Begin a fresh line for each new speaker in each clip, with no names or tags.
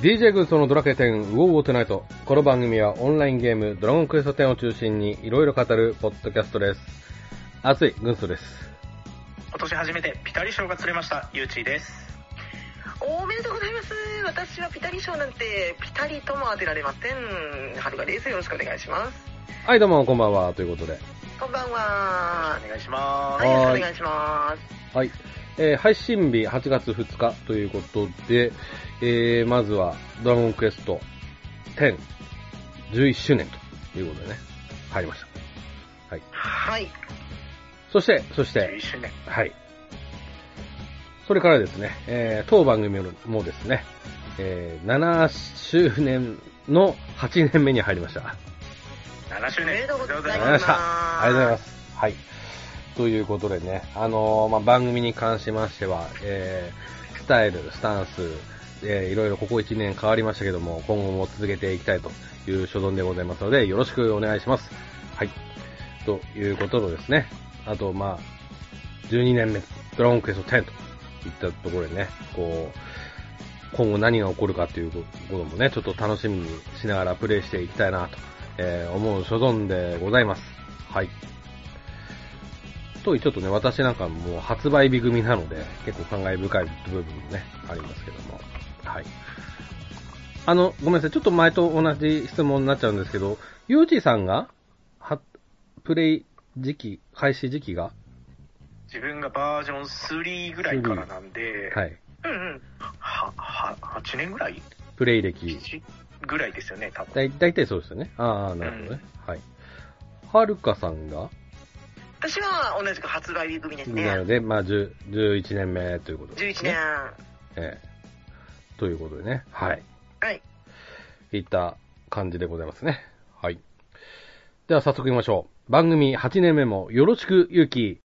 DJ 軍曹のドラケテンウォーウォーテナイト。この番組はオンラインゲームドラゴンクエスト10を中心にいろいろ語るポッドキャストです。熱い軍曹です。
今年初めてピタリ賞が釣れましたゆうちーです
おめでとうございます私はピタリ賞なんてピタリとも当てられませんはるかですよろしくお願いします
はい、どうもこんばんは、ということで。
こんばんは
お願いしま
は
す
いよろ
は
し
い
くお願いします
はい。えー配信日8月2日ということで、えー、まずはドラゴンクエスト10、11周年ということでね、入りました。
はい
そして、そして、
11周年
はい。それからですね、えー当番組もですね、えー7周年の8年目に入りました。
7周
おめ
年
でとうございます
ありがとうございました。あ
あ
り
り
がとうございま。
がとうございます
はい。ということでね、あのーまあ、番組に関しましては、えースタイル、スタンス、えーいろいろここ1年変わりましたけども、今後も続けていきたいという所存でございますので、よろしくお願いします。はい。ということとですね、あと、まあ、12年目、ドラゴンクエスト10といったところでね、こう、今後何が起こるかということもね、ちょっと楽しみにしながらプレイしていきたいなと、えー思う所存でございます。はい。と、ちょっとね、私なんかもう発売日組なので、結構感慨深い部分もね、ありますけども。はい。あの、ごめんなさい。ちょっと前と同じ質問になっちゃうんですけど、ゆうちさんが、は、プレイ時期、開始時期が
自分がバージョン3ぐらいからなんで、
はい。
うんうん
はは8年ぐらい
プレイ歴。
7ぐらいですよね多分
だい、大体そうですよね。ああ、なるほどね。はい。はるかさんが、
私は同じく発売日組です
なの
ね
で、まあ、10 11年目ということで
11
す
年
ね。ええということでね。はい。
はい
いった感じでございますね。はい。では早速行きましょう。番組8年目もよろしく、ゆうき。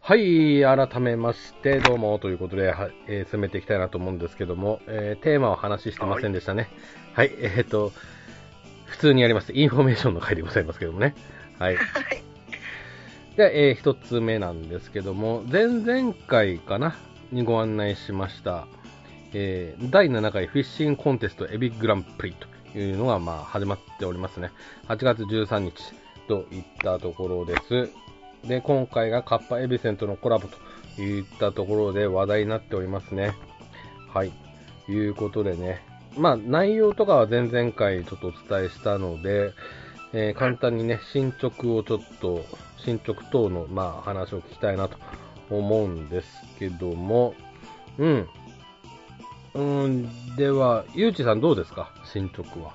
はい、改めまして、どうもということで、はえー進めていきたいなと思うんですけども、えーテーマを話してませんでしたね。はい、えっ、と、普通にやりました。インフォメーションの回でございますけどもね。はい。
はい
で、えー一つ目なんですけども、前々回かなにご案内しました、えー第7回フィッシングコンテストエビグランプリというのが、まあ、始まっておりますね。8月13日といったところです。で、今回がカッパエビセンとのコラボといったところで話題になっておりますね。はい。いうことでね。まあ、内容とかは前々回ちょっとお伝えしたので、えー簡単にね、進捗をちょっと、進捗等の、まあ、話を聞きたいなと思うんですけども、うん。うん、では、ゆうちさんどうですか進捗は。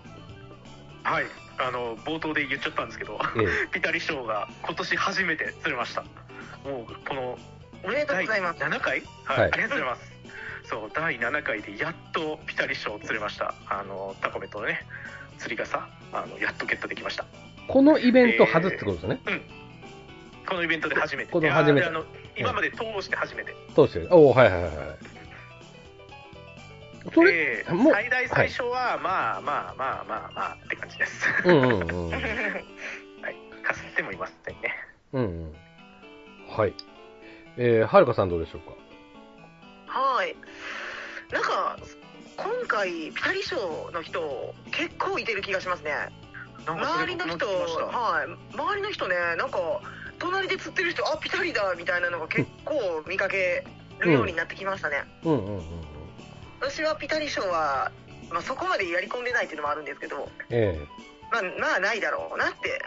はいあの冒頭で言っちゃったんですけど
え
ピタリ賞が今年初めて釣れましたもうこの
おめでとう
第
ございます
7回、はい
はい
ありがとうございますそう第7回でやっとピタリ賞を釣れましたあのタコメとね釣り傘あのやっとゲットできました
このイベント外すってことですよね。
このイベントで初めて
この初めて
いやあの今まで通して初めて、
通して。おおはいはいはいはい。それ、
で
もう
最大最初はまあまあまあまあまあって感じです
うんうんうん。
かすってもいますね
うんうん。はい。えー、はるかさんどうでしょうか
はい。なんか、今回、ピタリ賞の人、結構いてる気がしますね。
なんかそ
周
れ
りの人、
僕も聞きました
はい。周りの人ね、なんか、隣で釣ってる人、あ、ピタリだ、みたいなのが結構見かけるようになってきましたね。
うんうんうんうん。
私はピタリ賞は、まあ、そこまでやり込んでないっていうのもあるんですけど、
え
まあ、まあ、ないだろうなって、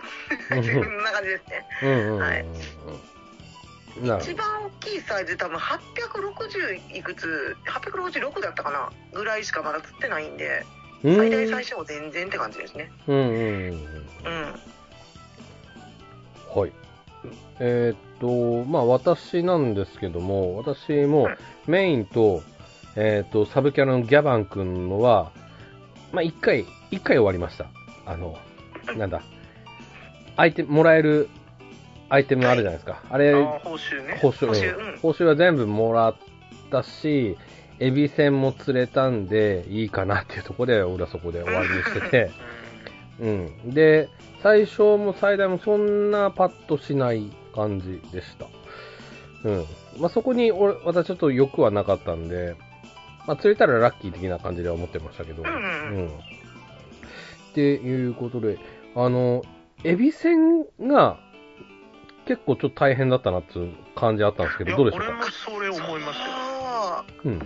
え
そんな感じです ね。
うんうんうんうん。
はい
なるほ
一番大きいサイズ、多分860いくつ、866だったかな、ぐらいしかまだ釣ってないんで、
ど。
最大最小全然って感じですね。
うんうんうんうん。
うん。
はい。えーっと、まあ私なんですけども、私もメインと、えーっと、サブキャラのギャバン君のは、まあ一回、一回終わりました。あの、なんだ、アイテム、もらえるアイテムあるじゃないですか。あれ、
あー報酬ね
報酬、
報酬
うん
うん
報酬は全部もらったし、エビ戦も釣れたんで、いいかなっていうところで、俺はそこで終わりにしてて、
う
うん。で、最小も最大もそんなパッとしない感じでした。うん。まあ、そこに俺、私ちょっと欲はなかったんで、まあ、釣れたらラッキー的な感じでは思ってましたけど。
うんうん
うん。っていうことで、あの、エビ戦が結構ちょっと大変だったなっていう感じあったんですけ
いや
ど、どうでしょう
俺
か
もそれ思いましたよ
た
うん。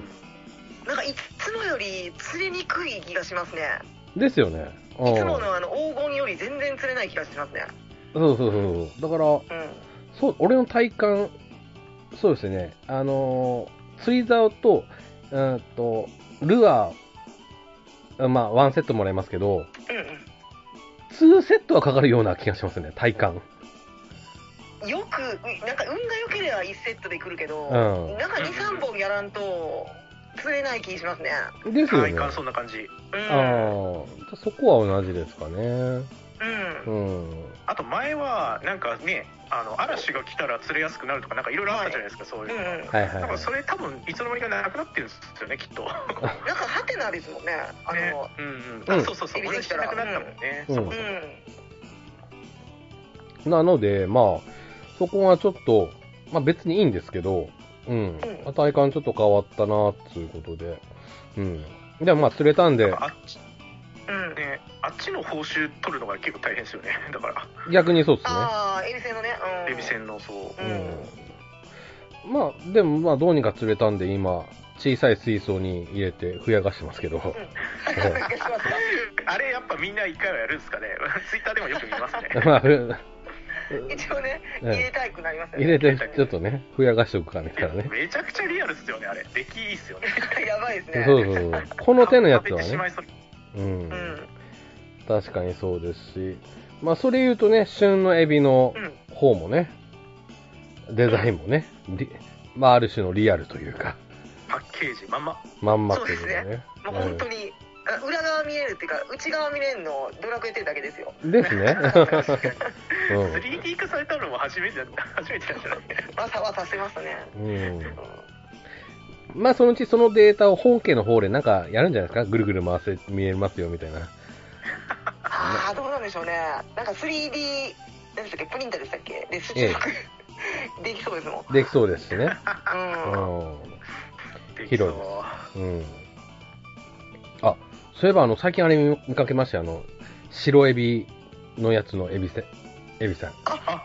なんかいつもより釣れにくい気がしますね
ですよね。あ
いつも
あ
のあの黄金より全然釣れない気がしますね
そうそうそうそう。だから、
う
そう、俺の体感、そうですね、あのー釣り竿と、うーんと、ルアー、まあ、ワンセットもらえますけど、
んうん
ツーセットはかかるような気がしますね、体感。
うんよくなんか運が良ければ1セットで来るけど、
うん
なんか23本やらんと釣れない気しますね
ですよ
体
ね。
感そんな感じ
うん
あーそこは同じですかね。
う
うんん。
あと前はなんかねあの嵐が来たら釣れやすくなるとかなんかいろいろあったじゃないですか、そういう
うん
の、
うん
はいはい、
だか
は
ら
い。
それ多分いつの間にかなくなってるんですよねきっと
なんかハテナですもんねあ
ね
の、
うん
う
うんん、あそうそうそう俺してなくなったもんね、
うん
そうもそも
ん
なので、まあ、そこはちょっと、まあ別にいいんですけど、うん。
うん
体感ちょっと変わったな、っていうことで。うん。でもまあ釣れたんで、
あっち
うん
ねあっちの報酬取るのが結構大変ですよね だから
逆にそうですね。
ああエビセンのねうん
レビ船のそううん
うんまあ、でもまあ、どうにか釣れたんで、今、小さい水槽に入れて、ふやがしてますけど。
なんかし ますか
あれやっぱみんな一回はやるんですかね ツイッターでもよく見ます ね
まあ、ふ
一応ね
うん
入れたくなりますよ
入
ね
れて、ちょっとね、ふやがしとくか、みたいなね。
めちゃくちゃリアルっすよねあれ出来いいっすよね
やばいですね
そうそうそう。この手のやつ
食べ
は
てしま
ね。
いそう
うん
う。ん
確かにそうですし。まあ、それ言うとね、旬のエビの
うん
方もね、デザインもね、リまあ、ある種のリアルというか、
パッケージまんま
まんまというかね。
もう本当に、あ裏側見れるっていうか内側見れるのドラクエ10だけですよ
うんですね。うん
3D 化されたのも初めてだ初めてなんじゃない
まあ差はさせますね
うん
うん
まあそのうちそのデータを本家の方でなんかやるんじゃないですかぐるぐる回せ、見えますよみたいな。
ああどうなんでしょうねなんか 3D 何でしたっけプリンターでしたっけで出力、できそうですもんうん
できそうですしね。
でき
広いで
そう
すうん。うん。あ、そういえばあの、最近あれ見見かけましたよあの、白エビのやつのエビせ、エビさん。
あ
あ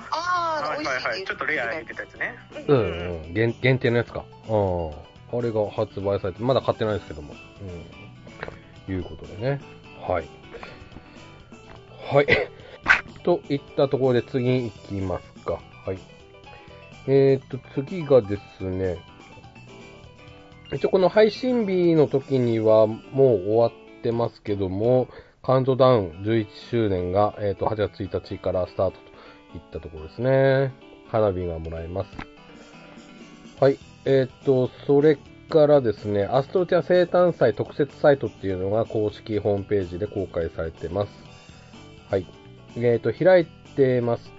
あ
はい
美
はい
味しい
はいちょっとレア入れてたやつね
うん
う
うんん、
うん。限限定のやつか。うん。あれが発売されて、まだ買ってないですけども。うん。いうことでね。はい。はい。 といったところで次行きますか。はい。えー、と、次がですね。一応この配信日の時にはもう終わってますけども、カウントダウン11周年が、えー、と8月1日からスタートといったところですね。花火がもらえます。はい。えっ、と、それからですね、アストロティア生誕祭特設サイトっていうのが公式ホームページで公開されてます。はい。えっ、と、開いてます。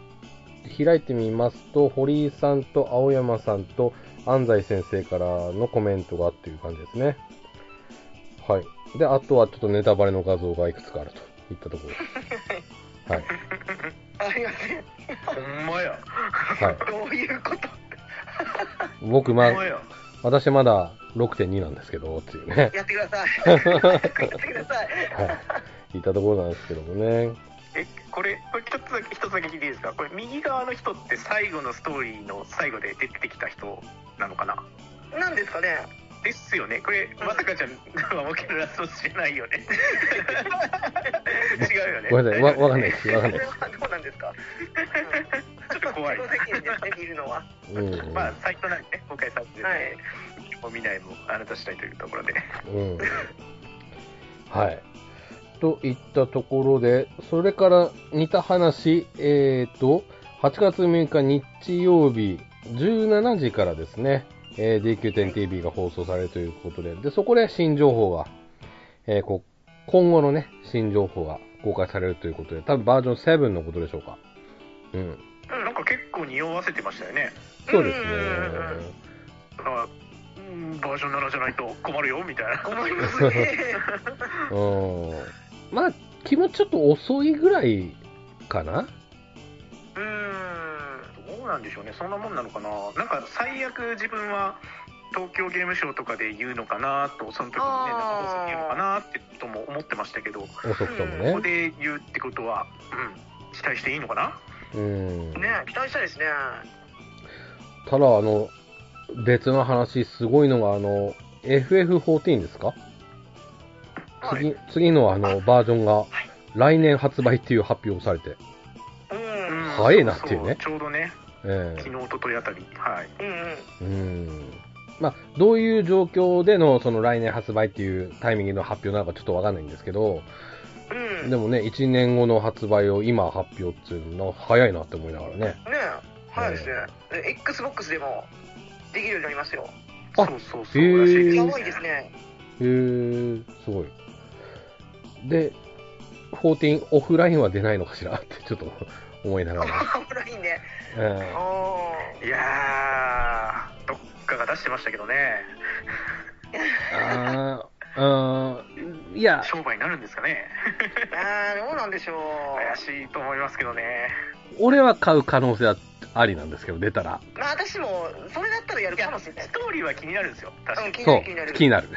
開いてみますと、堀井さんと青山さんと安西先生からのコメントがっていう感じですね。はい。で、あとはちょっとネタバレの画像がいくつかあるといったところです。はい。
ありません
ほんまや
はい。
どういうこと
僕、ま
ほ
あ
んま、や
私まだ6.2なんですけど、っていうね。
やってく ださいやってください
はい。いたところなんですけどもね。
えこれこれ一つだけ一つだけ聞いていいですかこれ右側の人って最後のストーリーの最後で出てきた人なのかな
なんですかね
ですよねこれまさかちゃんは僕のラスト知らないよね 違うよね
ごめんなさい。わ、わかんないいです。わ
こ
かんな
れ
いで
はどうなんですか、うん
ちょっと怖い
自己責任ですね見るのは
す。うん。
まあサイトなんでね公開されてるんで、
はい
もう見ないもあなた次第というところで
うん。はい。といったところで、それから似た話、えーと、8月6日日曜日17時からですね、えー DQ10TV が放送されるということで、で、そこで新情報が、えーこ今後のね、新情報が公開されるということで、多分バージョン7のことでしょうか。うん。
うん
なんか結構匂わせてましたよね
そうですね。
だからうんバージョン7じゃないと困るよみたいな
思いますね
うん。まあ、気もちょっと遅いぐらいかな
うーんどうなんでしょうねそんなもんなのかななんか最悪自分は東京ゲームショウとかで言うのかなとその時にねなんかどうせ言うのかなってとも思ってましたけどこ
遅くとも
こ
ね。
で言うってことは、うん、期待していいのかな
うん。
ね期待したいですね
ただ、あの、別の話、すごいのが、あの、FF14 ですか
はい
次、次のあの、バージョンが、来年発売っていう発表をされて。
うん
うん
早いなっていうね
そそちょうどね
え
昨日一昨日あたりはい
うんうん
えうん。まあ、どういう状況での、その来年発売っていうタイミングの発表なのかちょっとわかんないんですけど、
うん
でもね、1年後の発売を今発表っていうのは早いなって思いながらね。
ね早いですね、で XBOX でもできるようになりますよ
あ
そうそうそう
へー
らしいです
や
ね
ばいですね
へー、すごい。で、14オフラインは出ないのかしらってちょっと思いながら。
危ないね
えー
あ
いやーどっかが出してましたけどね
あーうーんいや、
商売になるんですかね
ーあーどうなんでしょう
怪しいと思いますけどね
俺は買う可能性はありなんですけど、出たら。
まあ私もそれだったらやるかもしれない
ストーリーは気になるんですよ確か
う
に
ん気に
そ
な
う
る気になる、
気になる。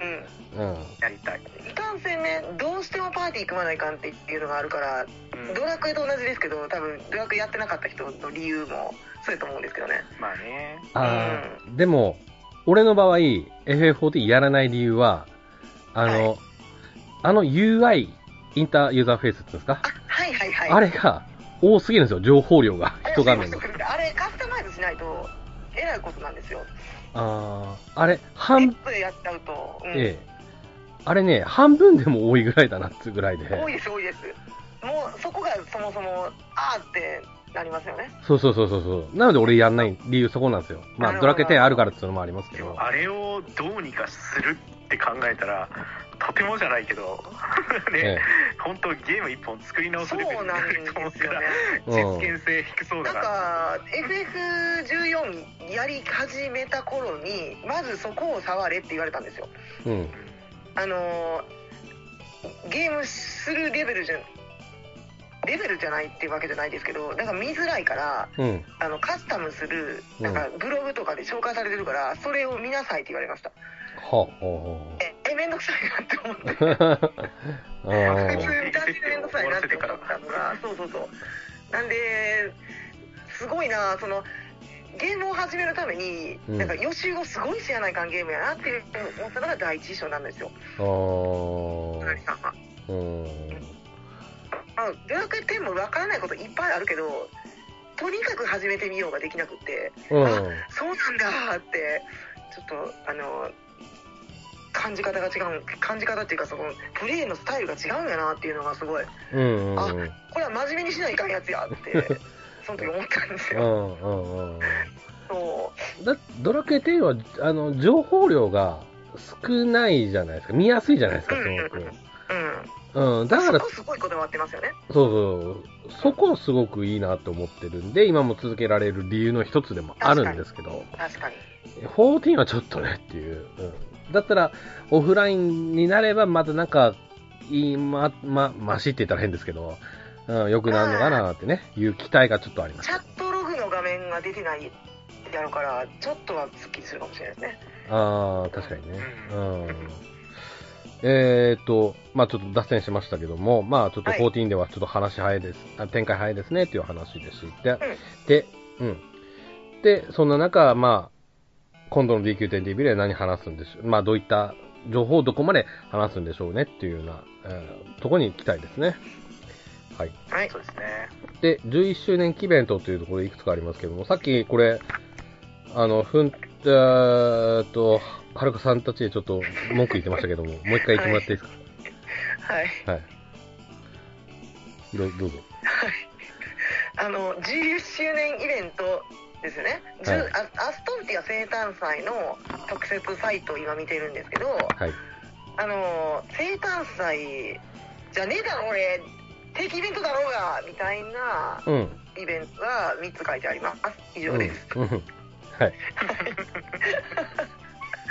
うん
うん。
やりたい、
いかんせんねどうしてもパーティー組まないかんっていうのがあるから
うん
ドラクエと同じですけど多分ドラクエやってなかった人の理由もそうやと思うんですけどね
まあね
あーでも、俺の場合、FF14 やらない理由は、あの、あの UI、インターユーザーフェイスっていうんですか
あはいはいはい
あれが多すぎるんですよ、情報量が。人画面が。
あれカスタマイズしないとえらいことなんですよ
あーあれ、
ネ
半
ットでやっちゃうと、うん
ええ。あれね、半分でも多いぐらいだなっていうぐらい
多い
で。
です多いですもうそこがそもそもあーってなりますよね
そうそうそうそうそう。なので俺やんない理由そこなんですよ。ま
な
あ、
る
ド
ほ
ラ
ど
ケ10あるからっていうのもありますけ
で
ど
も。あれをどうにかするって考えたらとてもじゃないけど
え
ね、本当ゲーム一本作り直す
そう
レベルに
な
なんると思っ
です
た
よね
ら、
え。
実現性低そうだ
なん
な
か FF14 やり始めた頃にまずそこを触れって言われたんですよ
うん。うん。
あのーゲームするレベルじゃレベルじゃないっていうわけじゃないですけどなんか見づらいから
うん。
あのカスタムする
うん
なんかブログとかで紹介されてるからそれを見なさいって言われました
はあ、は
ええめんどくさいなって思って
あはあ。あ
普
ー
通歌ってめんどくさいなって思ったのがそうそうそうなんですごいなそのゲームを始めるために、
うん
なんか予習をすごいしやないかんゲームやなっていう思ったのが第一印象なんですよ、
あー。
さんは
うん。
まあ、ドラクエ10もわからないこといっぱいあるけどとにかく始めてみようができなくって
うん。
そうなんだってちょっとあの感じ方が違う感じ方っていうかそのプレイのスタイルが違うんやなっていうのがすごい
うん。
あ
うん。
これは真面目にしないかんやつやって その時思ったんです
う
よ、
んうんうん。
そ
だドラケ10は、あの、情報量が少ないじゃないですか。見やすいじゃないですか、すご
ううん
く。うん。だから
そこすごいこだわってますよね
そうそう。そこすごくいいなと思ってるんで、今も続けられる理由の一つでもあるんですけど、
確かに
14はちょっとねっていう。うん、だったら、オフラインになれば、またなんか、いい、ま、ま、ましって言ったら変ですけど、うん、良くなるのかなってね、いう期待がちょっとあります
チ。ャットログの画面が出てないやろからちょっとはすっきりするかもしれないですね
ああ、確かにね。う。
うん
えーっと、まあちょっと脱線しましたけども、まあちょっと
はい
14ではちょっと話早いです、あ展開早いですねっていう話でして、で、うん。で、そんな中、まあ今度の DQ10TV で何話すんでしょう、まあどういった情報をどこまで話すんでしょうねっていうような、えーとこに行きたいですね。はい。
はい
そうですね
で、11周年記念とというところでいくつかありますけども、さっきこれ、あの、ふん、えーっと、はるかさんたちでちょっと文句言ってましたけども、もう一回言ってもらっていいです
はい
かはい。どうどうぞ。
あの10周年イベントですよね、じゅ
はい
あアストンティア生誕祭の特設サイトを今見てるんですけど
はい。
あの生誕祭じゃねえだろ俺定期イベントだろうがみたいな
うん。
イベントが3つ書いてあります以上
うん。う
で
ん。
す、
はい。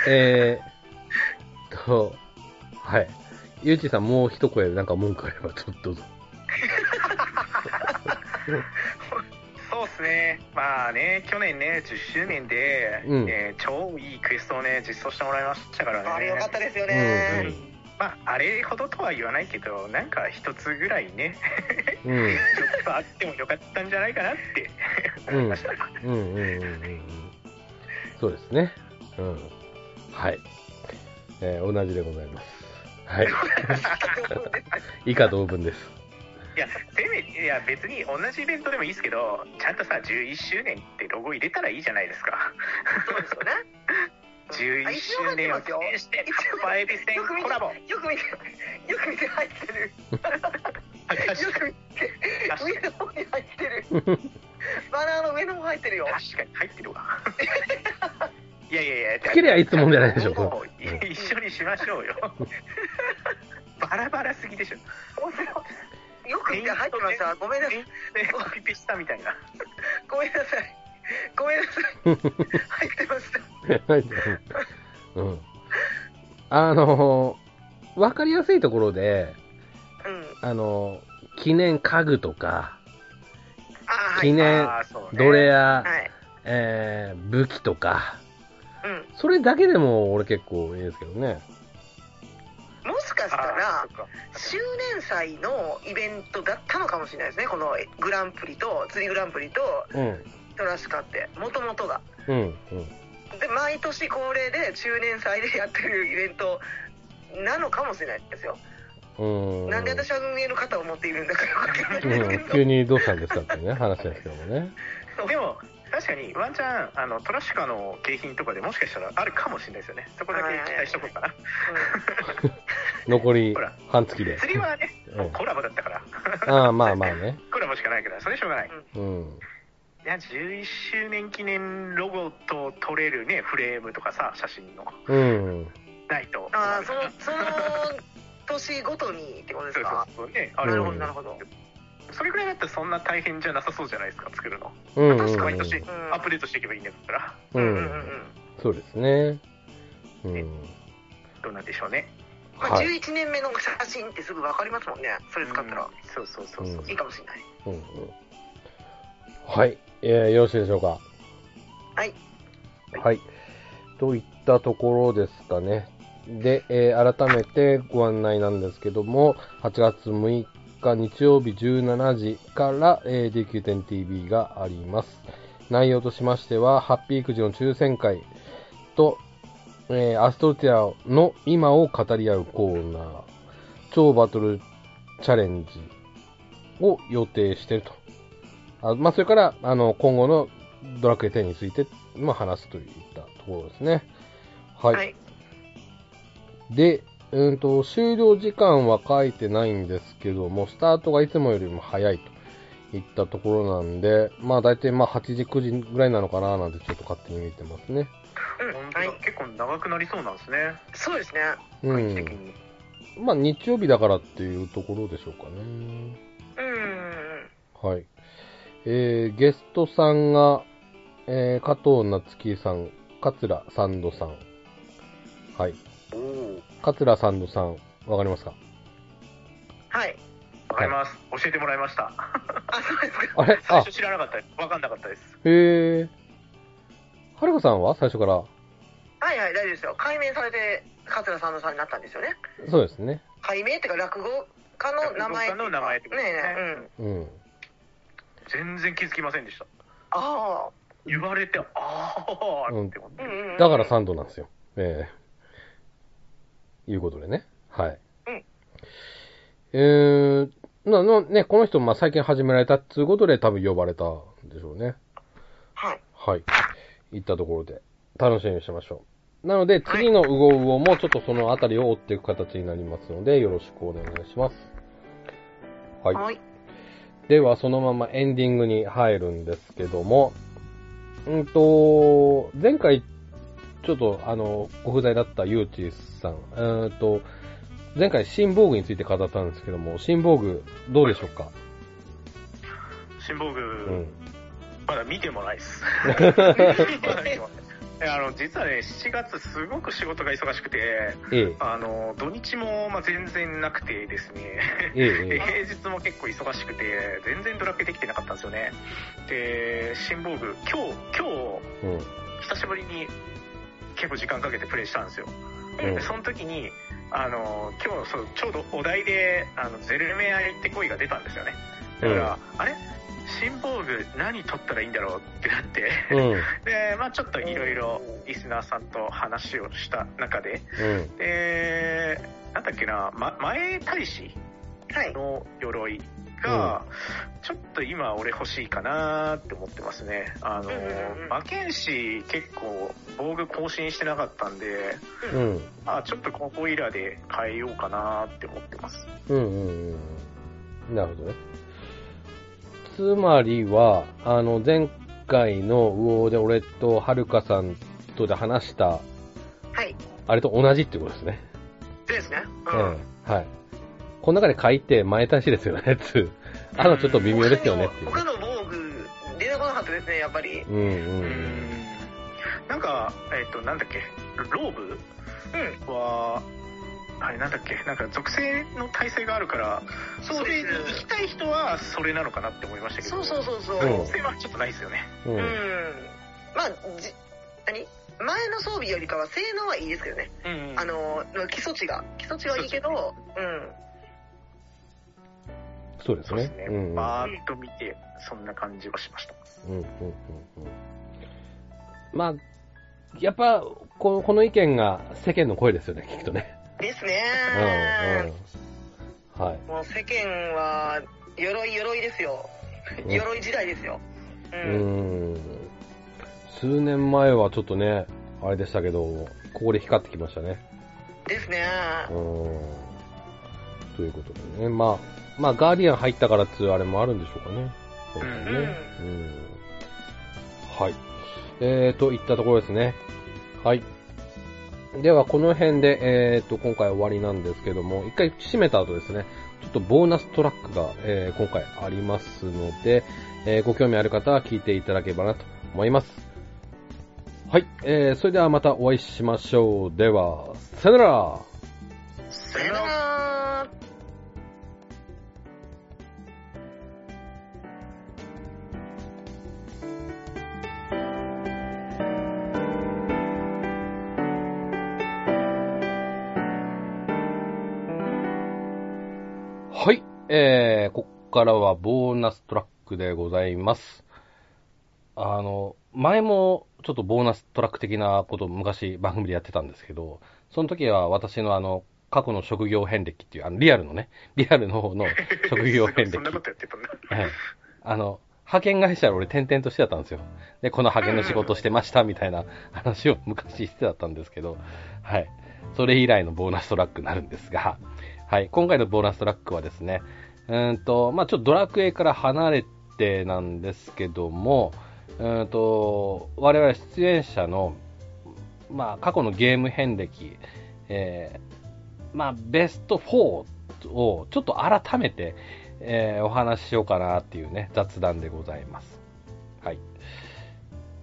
えーっと、はい。ゆうちさん、もう一声、なんか文句あれば、ちょっと、
そうですね、まあね、去年ね、10周年で、
うん
えー超いいクエストをね、実装してもらいましたからね。
あれよかったです
う
よ
んう
ね
ん。
まあ、あれほどとは言わないけど、なんか一つぐらいね、
うん、うん、
ちょっとあってもよかったんじゃないかなって
うん、う
思い
ん
ました。、
うん、うんうん。そうですね。うん。はい。えー同じでございます。はい。以下同文です。
いや、せめいや別に同じイベントでもいいですけど、ちゃんとさ、11周年ってロゴ入れたらいいじゃないですか。
そうですよね。
11周年を記念して、
一応
カッパエビ戦
よく見
コラボ。
て、よく見て、よく見て入ってる。よく見て、上の方に入ってる。バナーの上の方入ってるよ。
確かに入って るわ。いやいやいや、
つけりゃいつもんじゃないでしょ
もう
う
一緒にしましょうよ。バラバラすぎでしょ。
本当よく見て入ってました。ごめんなさい。
で、コピペしたみたいな。
ごめんなさい。ごめんなさい。 入ってました。
うん。あのー、わかりやすいところで、
うん。
あのー、記念家具とか、
ああ、は
記
い。
念
あーそうね
ドレア、
はい。
えー、武器とか、
うん。
それだけでも俺結構いいですけどね。
もしかした
あ
ら
ーそっか
周年祭のイベントだったのかもしれないですねこのグランプリと釣りグランプリと
うん。
トラシカってもともとが
うん。うん。
で毎年恒例で中年祭でやってるイベントなのかもしれないですよ、
うーん
なんで私は運営の肩を持っているんだかよくわかんないですけ
うん、
ど、
急にどうしたんですかっていうね、話ですけどもね。
でも確かにワンチャンあのトラシカの景品とかでもしかしたらあるかもしれないですよねそこだけ期待しとこうかな
残り
ほら
半月で。
釣りはね
うん
もうコラボだったから
ああ、まあまあね。
コラボしかないからそれしょうがない
うん。
いや11周年記念ロゴと撮れるねフレームとかさ写真の
うん。
ないと
ああその
そう
その年ごとにってことで
そ
す
う
か
そうねあ
う
れ
ん
なるほどなるほど、
それぐらいだったらそんな大変じゃなさそうじゃないですか作るの
うん。
確かに毎年
うん
アップデートしていけばいいんだから
う
うんうんうん
ん。そうですね。うん。
どうなんでしょうね
まあ、
はい。
11年目の写真ってすぐ分かりますもんねそれ使ったら
うんそうそうそうそう
うん
いいかもしれない
うんうんはい、えーよろしいでしょうか。
はい
はい。といったところですかね。で、えー改めてご案内なんですけども、8月6日日曜日17時から、えー DQ10TV があります。内容としましては、ハッピーくじの抽選会と、えーアストルティアの今を語り合うコーナー、超バトルチャレンジを予定していると。あまあ、それから、あの、今後のドラクエ10について、まあ、話すといったところですね。はい。
はい
で、うんと、終了時間は書いてないんですけども、スタートがいつもよりも早いといったところなんで、まあ、大体まあ、8時、9時ぐらいなのかななんて、ちょっと勝手に見てますね。
う
本
ん
当だ
はい
結構長くなりそうなんですね
そうですね
う
位置的
ん。
に
まあ、日曜日だからっていうところでしょうかね。
うんうん
はい。えー、ゲストさんが、えー、加藤夏樹さん、桂三度さん。はい。
おお
桂三度さん、わかりますか
はい
わかります教えてもらいました
あそうですか
あれ
最
あ
初、知らなかったです。わかんなかったです。
へえ。はるかさんは最初から
はいはい大丈夫ですよ解明されて桂さんのさんになったんですよね
そうですね。
解明っていうか落語家の名前
落語家の名前って
ね
こと
えね
ですね
えうん
うん。
全然気づきませんでした。
あ
言われて、ああーって思っ
あ
て。
うんうんうん
だから三度なんですよ。ええいうことでね。はい。
うん
えー、な、の、ね、この人、まあ、最近始められたっていうことで多分呼ばれたんでしょうね。
はい
はい。いったところで、楽しみにしましょう。なので、次のウゴウゴもちょっとそのあたりを追っていく形になりますので、よろしくお願いします。はい。
はい
では、そのままエンディングに入るんですけども、うんと、前回、ちょっと、あの、ご不在だったゆうちさん、うんと、前回、新防具について語ったんですけども、新防具、どうでしょうか、
新防具、
うん。
まだ見てもないです。いやあの実はね7月すごく仕事が忙しくて
え
あの土日も、まあ、全然なくてですね
え、ええ、
で
え
平日も結構忙しくて全然ドラクエできてなかったんですよねで新防具今日今
え、うん、
日久しぶりに結構時間かけてプレイしたんですよ
うん
でその時にあの今日そうちょうどお題であのゼルメア行ってこいが出たんですよねだから、あれ新防具何取ったらいいんだろうってなって
うん、
でまあちょっといろいろリスナーさんと話をした中で
うん、
でなんだっけな、ま、前大使
はい。
の鎧が、ちょっと今俺欲しいかなって思ってますね。あの
うんうんう、ん
魔剣士結構防具更新してなかったんで、
うん、
あちょっとここいらで変えようかなって思ってます。
うん、うん、うん。なるほどね。つまりは、あの、前回の魚で俺とはるかさんとで話した、
はい。
あれと同じってことですね。
そうですね。う。
うんん、はい。この中で書いて前足しですよね、つう。あの、ちょっと微妙ですよね、っていう。
他の防具、出てこなかったですね、やっぱり。
うんうん
なんか、えっ、と、なんだっけ、ローブ
うん。
は、あれなんだっけ、なんか属性の耐性があるから、
そう
れ
です
に行きたい人はそれなのかなって思いましたけど、
そうそうそうそう。
うん
属性はちょっとないですよね。
うん。う
うん
ん。
まあ、じ、何前の装備よりかは性能はいいですけどね。あの、基礎値が。基礎値はいいけど、うん。
そうです
そうです
ね
ね。。
うんうん。
バーッと見て、そんな感じはしました。
うんうんうんうんまあ、やっぱ、このこの意見が世間の声ですよね、きっとね。
です
うん
ね。
うん。はい。
もう世間は、鎧鎧ですよ。
うん
鎧時代ですよ。う。
うんーん。数年前はちょっとね、あれでしたけど、ここで光ってきましたね。
ですね。
うーん。ということでね。まあ、まあ、ガーディアン入ったからっつうあれもあるんでしょうかね。そうですね。うん。はい。えーと、いったところですね。はい。では、この辺で、えーと、今回終わりなんですけども、一回締めた後ですね、ちょっとボーナストラックが、えー今回ありますので、えーご興味ある方は聞いていただければなと思います。はい。えー、それではまたお会いしましょう。では、さよなら
さよなら。
はい。えー、こっからはボーナストラックでございます。あの、前もちょっとボーナストラック的なことを昔番組でやってたんですけど、その時は私のあの、過去の職業遍歴っていう、あの、リアルのね、リアルの方の職業遍歴。
そんなこ
は
とやってたんだ。
い。あの、派遣会社で俺転々としてたんですよ。で、この派遣の仕事してましたみたいな話を昔してたんですけど、はい。それ以来のボーナストラックになるんですが、はい。今回のボーナストラックはですね、うーんと、まあちょっとドラクエから離れてなんですけども、うーんと、我々出演者の、まあ過去のゲーム遍歴、えーまあベスト4をちょっと改めて、えーお話ししようかなっていうね、雑談でございます。はい。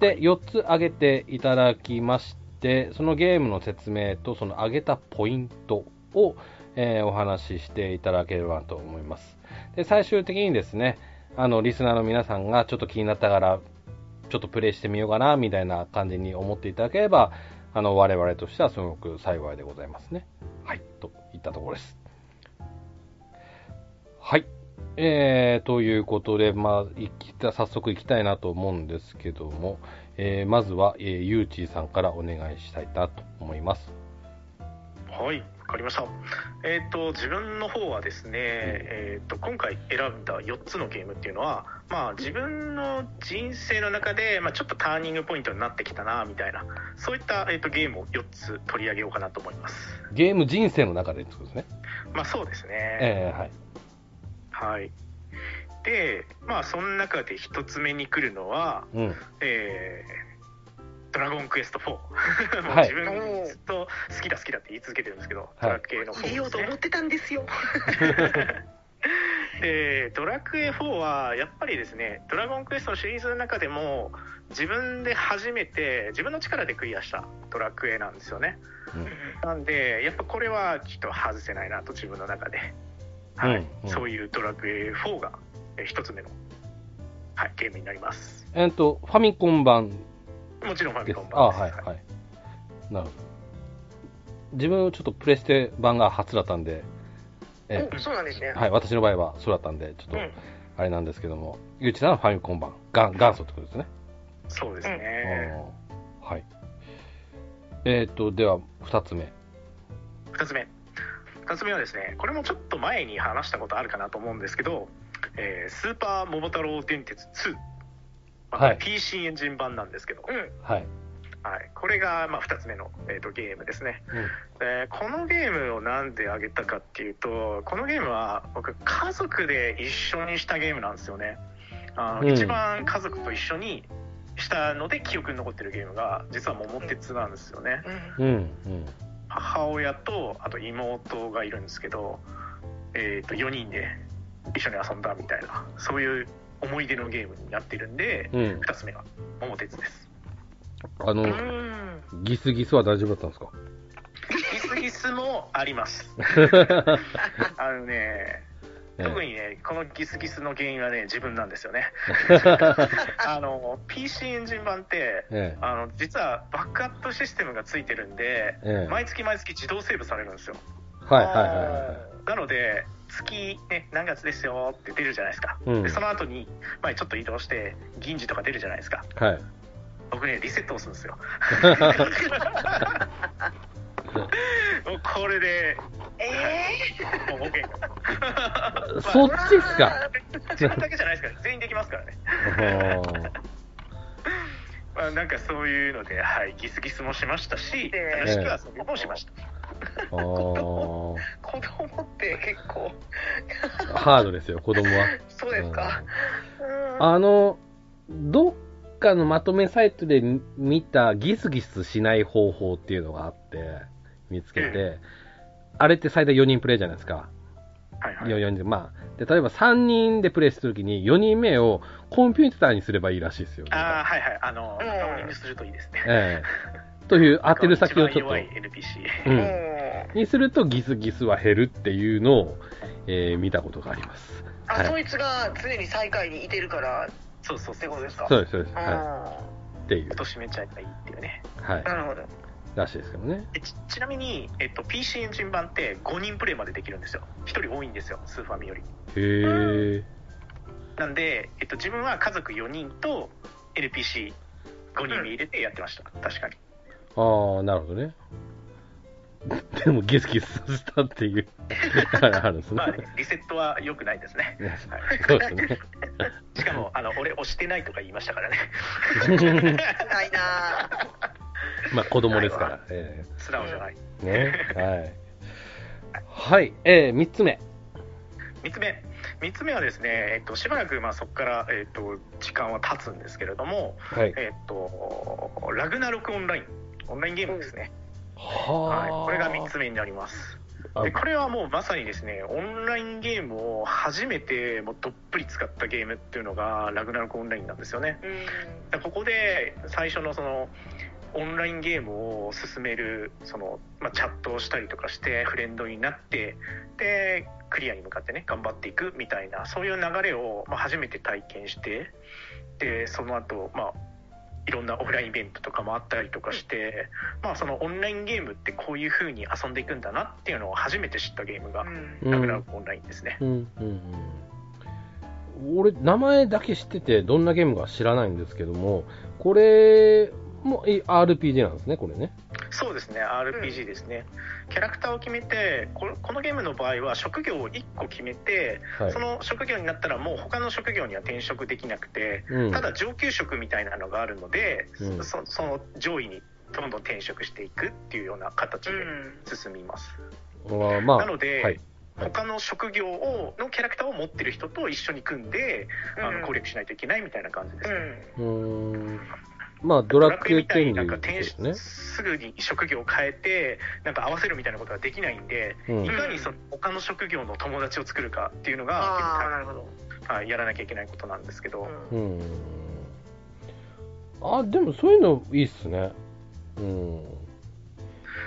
で、4つ挙げていただきまして、そのゲームの説明とその挙げたポイントを、えーお話ししていただければなと思います。で、最終的にですね、あの、リスナーの皆さんがちょっと気になったから、ちょっとプレイしてみようかな、みたいな感じに思っていただければ、あの、我々としてはすごく幸いでございますね。はい、といったところです。はい。えー、ということで、まあ、いきた、早速行きたいなと思うんですけども、えーまずは、えー、ゆうちーさんからお願いしたいなと思います。
はい、わかりました。えっ、と、自分の方はですね、えっ、と、今回選んだ4つのゲームっていうのは、まあ、自分の人生の中で、まあ、ちょっとターニングポイントになってきたな、みたいな、そういった、えっとゲームを4つ取り上げようかなと思います。
ゲーム人生の中でってことですね。
まあ、そうですね。
えー、はい。
はい。で、まあ、その中で1つ目に来るのは、
うん。
えードラゴンクエスト4。もう
はい
自分ずっと好きだ好きだって言い続けてるんですけど、ドラクエの4
入れようと
です
思
ね
っ。てたんですよ。
で、ドラクエ4は、やっぱりですね、ドラゴンクエストのシリーズの中でも、自分で初めて、自分の力でクリアしたドラクエなんですよね。なんで、やっぱこれはちょっと外せないなと、自分の中で。は
う
い。
んうん
そういうドラクエ4が、えー一つ目の、はい、ゲームになります。
えっと、ファミコン版
もちろんファミ
で
コ
す
ン。
あ
版です。
はい、はい。なるほど。自分、ちょっとプレステ版が初だったんで、え
おそうなんですね。
はい、私の場合はそうだったんで、ちょっ
う
と
ん、
あれなんですけども、ゆうちさんはファミコン版、が元祖ってことですね。
そうですね。
あーはい。えっと、では、2つ目。
2つ目2つ目はですねこれもちょっと前に話したことあるかなと思うんですけど「えースーパー桃太郎電鉄2」まあ
はい
PC エンジン版なんですけど、
うん。
はい。
はい、これがまあ2つ目の、えー、とゲームですねでこのゲームをなんであげたかっていうとこのゲームは僕家族で一緒にしたゲームなんですよねあの、
うん
一番家族と一緒にしたので記憶に残ってるゲームが実は桃鉄なんですよね、
うん。
うん、うん。
母親とあと妹がいるんですけど、えー、と4人で一緒に遊んだみたいなそういう思い出のゲームになってるんで、
うん。うん。
2つ目が「桃鉄」です
あの
う、ん。
ギスギスは大丈夫だったんですか
ギスギスもありますあのね特にねこのギスギスの原因はね自分なんですよね あの PC エンジン版って
え
あの実はバックアップシステムがついてるんで
え。ええ。はい
毎月毎月自動セーブされるんですよ
はいはいはい。
なので月、ね、何月ですよって出るじゃないですか、
うん
でその後に、まあ、ちょっと移動して銀次とか出るじゃないですか
はい。
僕ねリセットをするんですよ もうこれで
ええ
もう OK
そっちっすか。
自分だけじゃないですから全員できますからね、まあ、なんかそういうので、はい、ギスギスもしましたし
え
楽
え
しく遊びもしました、
あー
子供って結構、
ハードですよ、子供は。
そうですか。うん。
あの、どっかのまとめサイトで見たギスギスしない方法っていうのがあって、見つけて、あれって最大4人プレイじゃないですか。
はいはい
4人で、まあ。で、例えば3人でプレイするときに4人目をコンピューターにすればいいらしいですよ。
ああはいはいあの
うん
ローリングするといいですね
ええという当てる先をち
一
ょっ
番弱い
と、
NPC
うん
も
にするとギスギスは減るっていうのを、えー見たことがあります。
う
は
あ、
い
そいつが常に最下位にいてるからっ
そうそうそう
てことですか。
そう
う
です、そうです。
ん。
は。
ない
っていう
落。としめちゃえばいいっていうね
はい。
るほど。
らしいですけどね。
えちちなみに、えっと、PC エンジン版って5人プレイまでできるんですよ1人多いんですよスーファミより
へえ。
なんで、えっと、自分は家族4人と NPC5 人で入れてやってました確かに
ああ、なるほどね。 でも、ゲスゲスさせたっていう、 あれあるんですね
まあ、。ね、リセットは良くないですね
いや
はい
そうですね。
しかもあの俺押してないとか言いましたからね
ないなぁ。
まあ、子供ですから。え
素直じゃない
えね。はい。はい。えー、3つ目。
3つ目3つ目はですね、えっと、しばらく、まあ、そこから、えっと、時間は経つんですけれども、
はい。
えっと、ラグナロクオンラインオンラインゲームですね、はい、
はあ。
これが3つ目になりますでこれはもうまさにですねオンラインゲームを初めてもうどっぷり使ったゲームっていうのがラグナロクオンラインなんですよね
うん。
だからここで最初のそのオンラインゲームを進めるその、まあ、チャットをしたりとかしてフレンドになってでクリアに向かってね頑張っていくみたいなそういう流れを、まあ、初めて体験してでその後、まあいろんなオフラインイベントとかもあったりとかして、まあ、そのオンラインゲームってこういう風に遊んでいくんだなっていうのを初めて知ったゲームが
うん。
うん、
ラグナロクオンラインですね。
うんうんうん、俺、名前だけ知ってて、どんなゲームか知らないんですけども、これもい RPG なんですね、これね。
そうですね、RPG ですね。キャラクターを決めてこ、このゲームの場合は職業を1個決めて、
はい
そ。の職業になったらもう他の職業には転職できなくて、
うん、
ただ上級職みたいなのがあるので、
うん
そその上位にどんどん転職していくっていうような形で進みます。
あまあ、
なので、
はい、
他の職業をのキャラクターを持ってる人と一緒に組んで、あの攻
れ。
略しないといけないみたいな感じです
う
ね。
ん。
うーんまあ、ドラ
ドラ
ク
ク
エ
エみたいに
10で
なん
いう
か
こと
転
です
出、
ね。
すぐに職業を変えてなんか合わせるみたいなことはできないんで、
うん
い。かにその他の職業の友達を作るかっていうの
ああ
が、
なるほど、
はい、やらなきゃいけないことなんですけど、
うん
うん。あ、でもそういうのいいっすね。うん。へ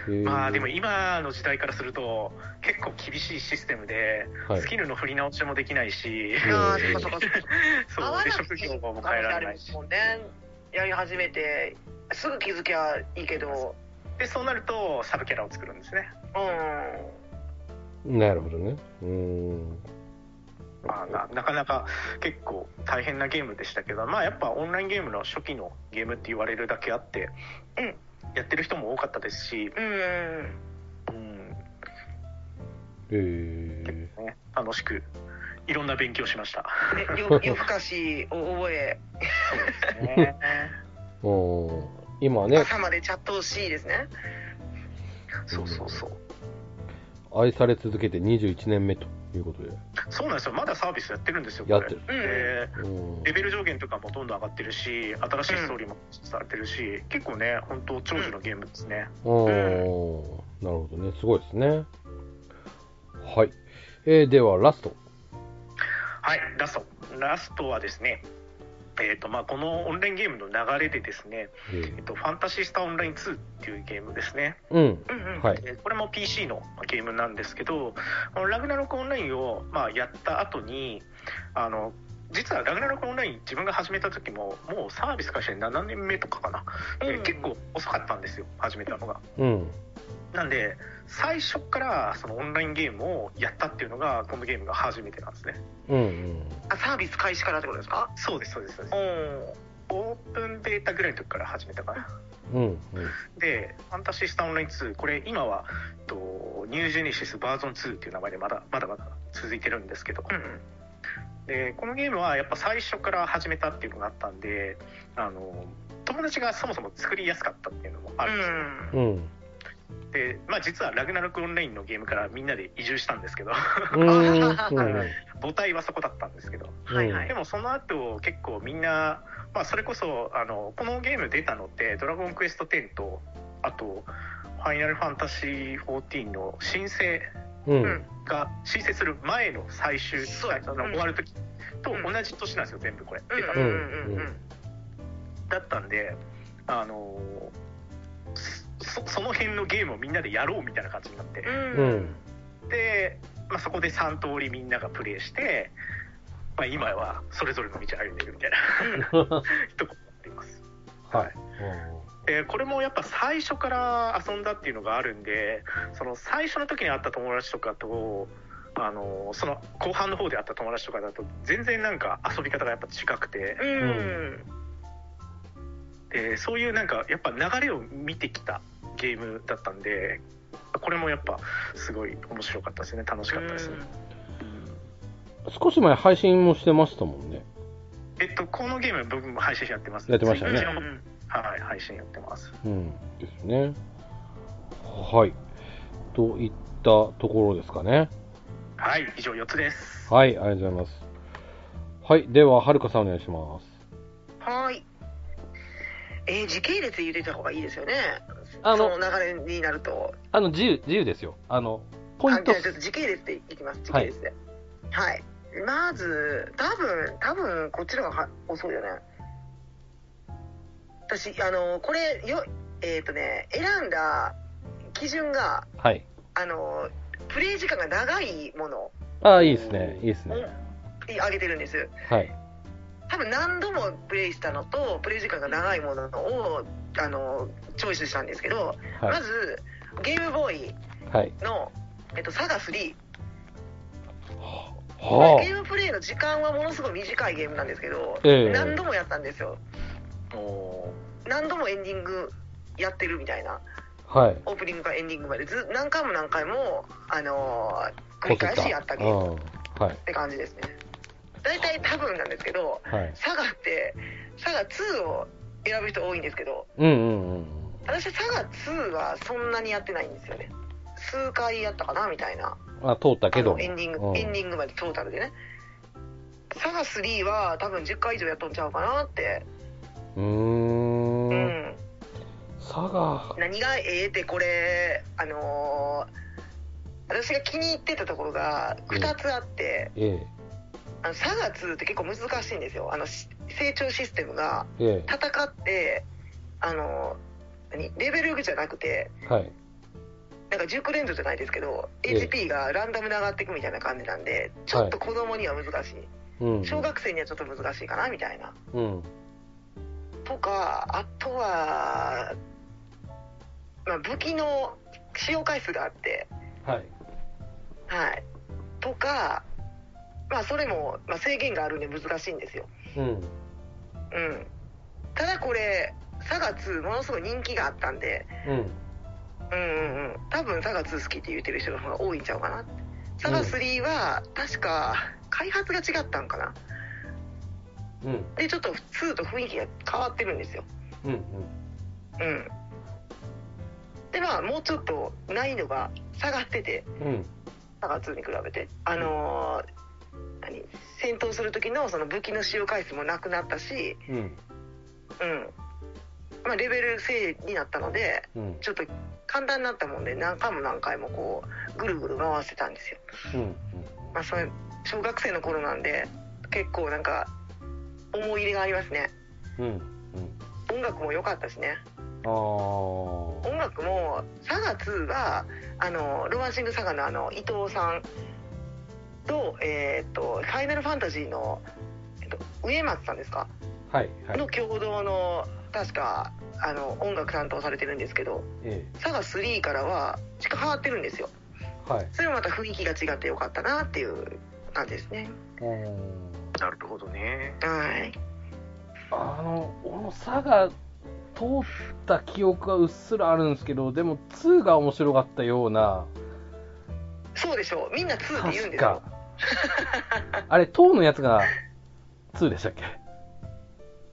え
まあでも今の時代からすると結構厳しいシステムで、
はい
ス。キルの振り直しもできないし、
うん
ああそっかそっかそっか合
そう
わ
で
な
職
くてい
業
い可
も
能性
変えられ
あり
な
ま
い
す
し
もんねやり始めてすぐ気づきゃいいけど
でそうなるとサブキャラを作るんですね、
う
なるほどね。うん。
まあ、ななかなか結構大変なゲームでしたけどまあやっぱオンラインゲームの初期のゲームって言われるだけあって、
うん
やってる人も多かったですし、
んう
う
ん
ん、
へえ
ね、楽しくいろんな勉強しました。
ねよ夜更かしを覚え
そうですね
うん。今ね、
朝までチャットをしいですね
そうそうそう。
愛され続けて21年目ということで、
そうなんですよ。まだサービスやってるんですよ。これ
やってる。
で
うん
うん
レベル上限とかもどんどん上がってるし、新しいストーリーもされてるし、結構ね、本当長寿のゲームですね。
おーなるほどね、すごいですね。はい。えー、では、ラスト。
はい、ラスト。ラストはですね、えっ、と、まあ、このオンラインゲームの流れでですね、
え
えっ
ー
と、ファンタシースターオンライン2っていうゲームですね。
うん。
うんうん
はい。
えーこれも PC のゲームなんですけど、このラグナロクオンラインを、まあ、やった後に、あの、実はラグナロクオンライン自分が始めた時も、もうサービス開始で7年目とかかな。で
うん
結構遅かったんですよ、始めたのが。
うん。
なんで、最初からそのオンラインゲームをやったっていうのが、このゲームが初めてなんですね。
うん。
あサービス開始からってことですか
そうです、そうです、そうです
う。ん
オープンベータぐらいの時から始めたかな。
うん。うん。
で、ファンタシースターオンライン2、これ今は、えっと、ニュージェネシスバージョン2っていう名前でまだまだまだ続いてるんですけど、
うん
で、このゲームはやっぱ最初から始めたっていうのがあったんで、あの、友達がそもそも作りやすかったっていうのもあるんですよ、
うん。うん。
で、まあ実はラグナロクオンラインのゲームからみんなで移住したんですけど、
うん。
母体はそこだったんですけど、
はいはい
でもその後結構みんな、まあ、それこそあのこのゲーム出たのって「ドラゴンクエスト10」とあと「ファイナルファンタジー14」の申請
うん。
が申請する前の最終
そうです
あの
うん
終わる時と
うん
同じ年なんですよ全部これ
うん
出た
う
の
んうんうん
だったんであのそその辺のゲームをみんなでやろうみたいな感じになって。
う
うんん。
で、まあ、そこで3通りみんながプレイして、まあ、今はそれぞれの道を歩んでるみたいなとこになっています
はい。
でこれもやっぱ最初から遊んだっていうのがあるんでその最初の時に会った友達とかとあのその後半の方で会った友達とかだと全然なんか遊び方がやっぱ違くて
うん
でそういうなんかやっぱ流れを見てきたゲームだったんでこれもやっぱすごい面白かったですね楽しかったですね、
少し前配信もしてましたもんね。
えっと、このゲーム、僕も配信やってます。
やってましたね
ツイッチの方はい、配信やってます。
うん。ですね。はい。といったところですかね。
はい、以上4つです。
はい、ありがとうございます。はい、では、はるかさんお願いします。
はーいえー時系列で言ってた方がいいですよね
あ
そ
の
の流れになると
あの、自由、自由ですよ。あの、ポイント
あじゃあちょっと時系列でいきます時系列ではい、まず多分多分こっちの方がは遅いよね私あのこれよえっ、とね選んだ基準が
はい。
あのプレイ時間が長いものを
ああ、いいですね。いいですね。
挙げてるんです
はい。
多分何度もプレイしたのとプレイ時間が長いものをあのチョイスしたんですけど、
は
まずゲームボーイ
い。はい。
の、えっと、サガ3
は
ゲームプレイの時間はものすごい短いゲームなんですけど、
ええ
何度もやったんですよ
お
何度もエンディングやってるみたいな
あ。はい。
オープニングからエンディングまでず何回も何回もあのー繰り返しやったゲームっ
うん。はい。
て感じですね大体多分なんですけど
はい。
サガってサガ2を選ぶ人多いんですけど
うんうんうん。
私はサガ2はそんなにやってないんですよね数回やったかなみたいな
あ、通ったけ
あ
ど
の。エンディング、
うん
エンディングまでトータルでねサガ3は多分10回以上やっとんちゃうかなって
うーん。佐賀。
何がええってこれあのー私が気に入ってたところが2つあって、
ええ、
あのサガ2って結構難しいんですよあのし成長システムが
え
戦ってあのー何レベルじゃなくて
え、はい。
なんか熟練度じゃないですけど
ええ
HP がランダムで上がっていくみたいな感じなんでちょっと子供には難し
うん。
い小学生にはちょっと難しいかなみたいな
うん。
とかあとは、まあ、武器の使用回数があって
はい。
はいとかまあそれも、まあ、制限があるんで難しいんですよ
うん。
うんただこれサガ2ものすごい人気があったんで
うん。
うんうんうん多分サガ2好きって言ってる人の方が多いんちゃうかなサガ3は確か開発が違ったんかな
うん。
でちょっと2と雰囲気が変わってるんですよ
うん。
うんでまあもうちょっと難易度が下がってて
うん。うん。
サガ2に比べてあのー何戦闘する時のその武器の使用回数もなくなったし
うん。
うんまあレベル制になったので
うん。
ちょっと簡単になったもんで何回も何回もこうぐるぐる回してたんですよ
うん。
まあそれ小学生の頃なんで結構なんか思い入れがありますね
うん。うん。
音楽も良かったしね
ああ。
音楽もサガ2があのロマンシングサガのあの伊藤さんと,、えーっと「ファイナルファンタジーの」えっと、植松さんですか、
はい。はい
の。共同の確かあの音楽担当されてるんですけど
え
サガ3からは変わってるんですよ
え。はい。
それもまた雰囲気が違ってよかったなっていう感じですね
うん。
なるほどね。
はい
あの、この佐賀通った記憶がうっすらあるんですけど、でも2が面白かったような、
そうでしょうみんな2って言うん
確
ですよ
か。あれ、塔のやつが2でしたっけ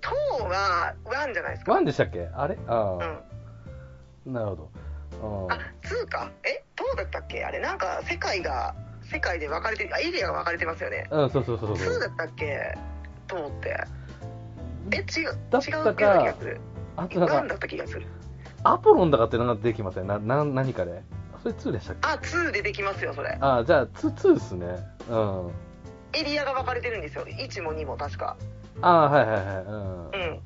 塔は1じゃないですか
?1 でしたっけあれあ
う
あ、
ん
なるほど。
あ、通か。え、どうだったっけあれ、なんか、世界が、世界で分かれてる、あ、エリアが分かれてますよね。
うん、うん、そうそうそうそ
通
う。
だったっけ通って。え、違う、
だっ
違
た
う
か
ってような気がする。
あとな
1
ん
だ
か、
った気がする。
アポロンだかってなんか出てきませんな、な、何かで。それ2でしたっけ
あ、通でできますよ、それ。
ああ、じゃあ2、2っすね。うん。
エリアが分かれてるんですよ。1も2も確か。
ああ、はいはいはい。うん
う。ん。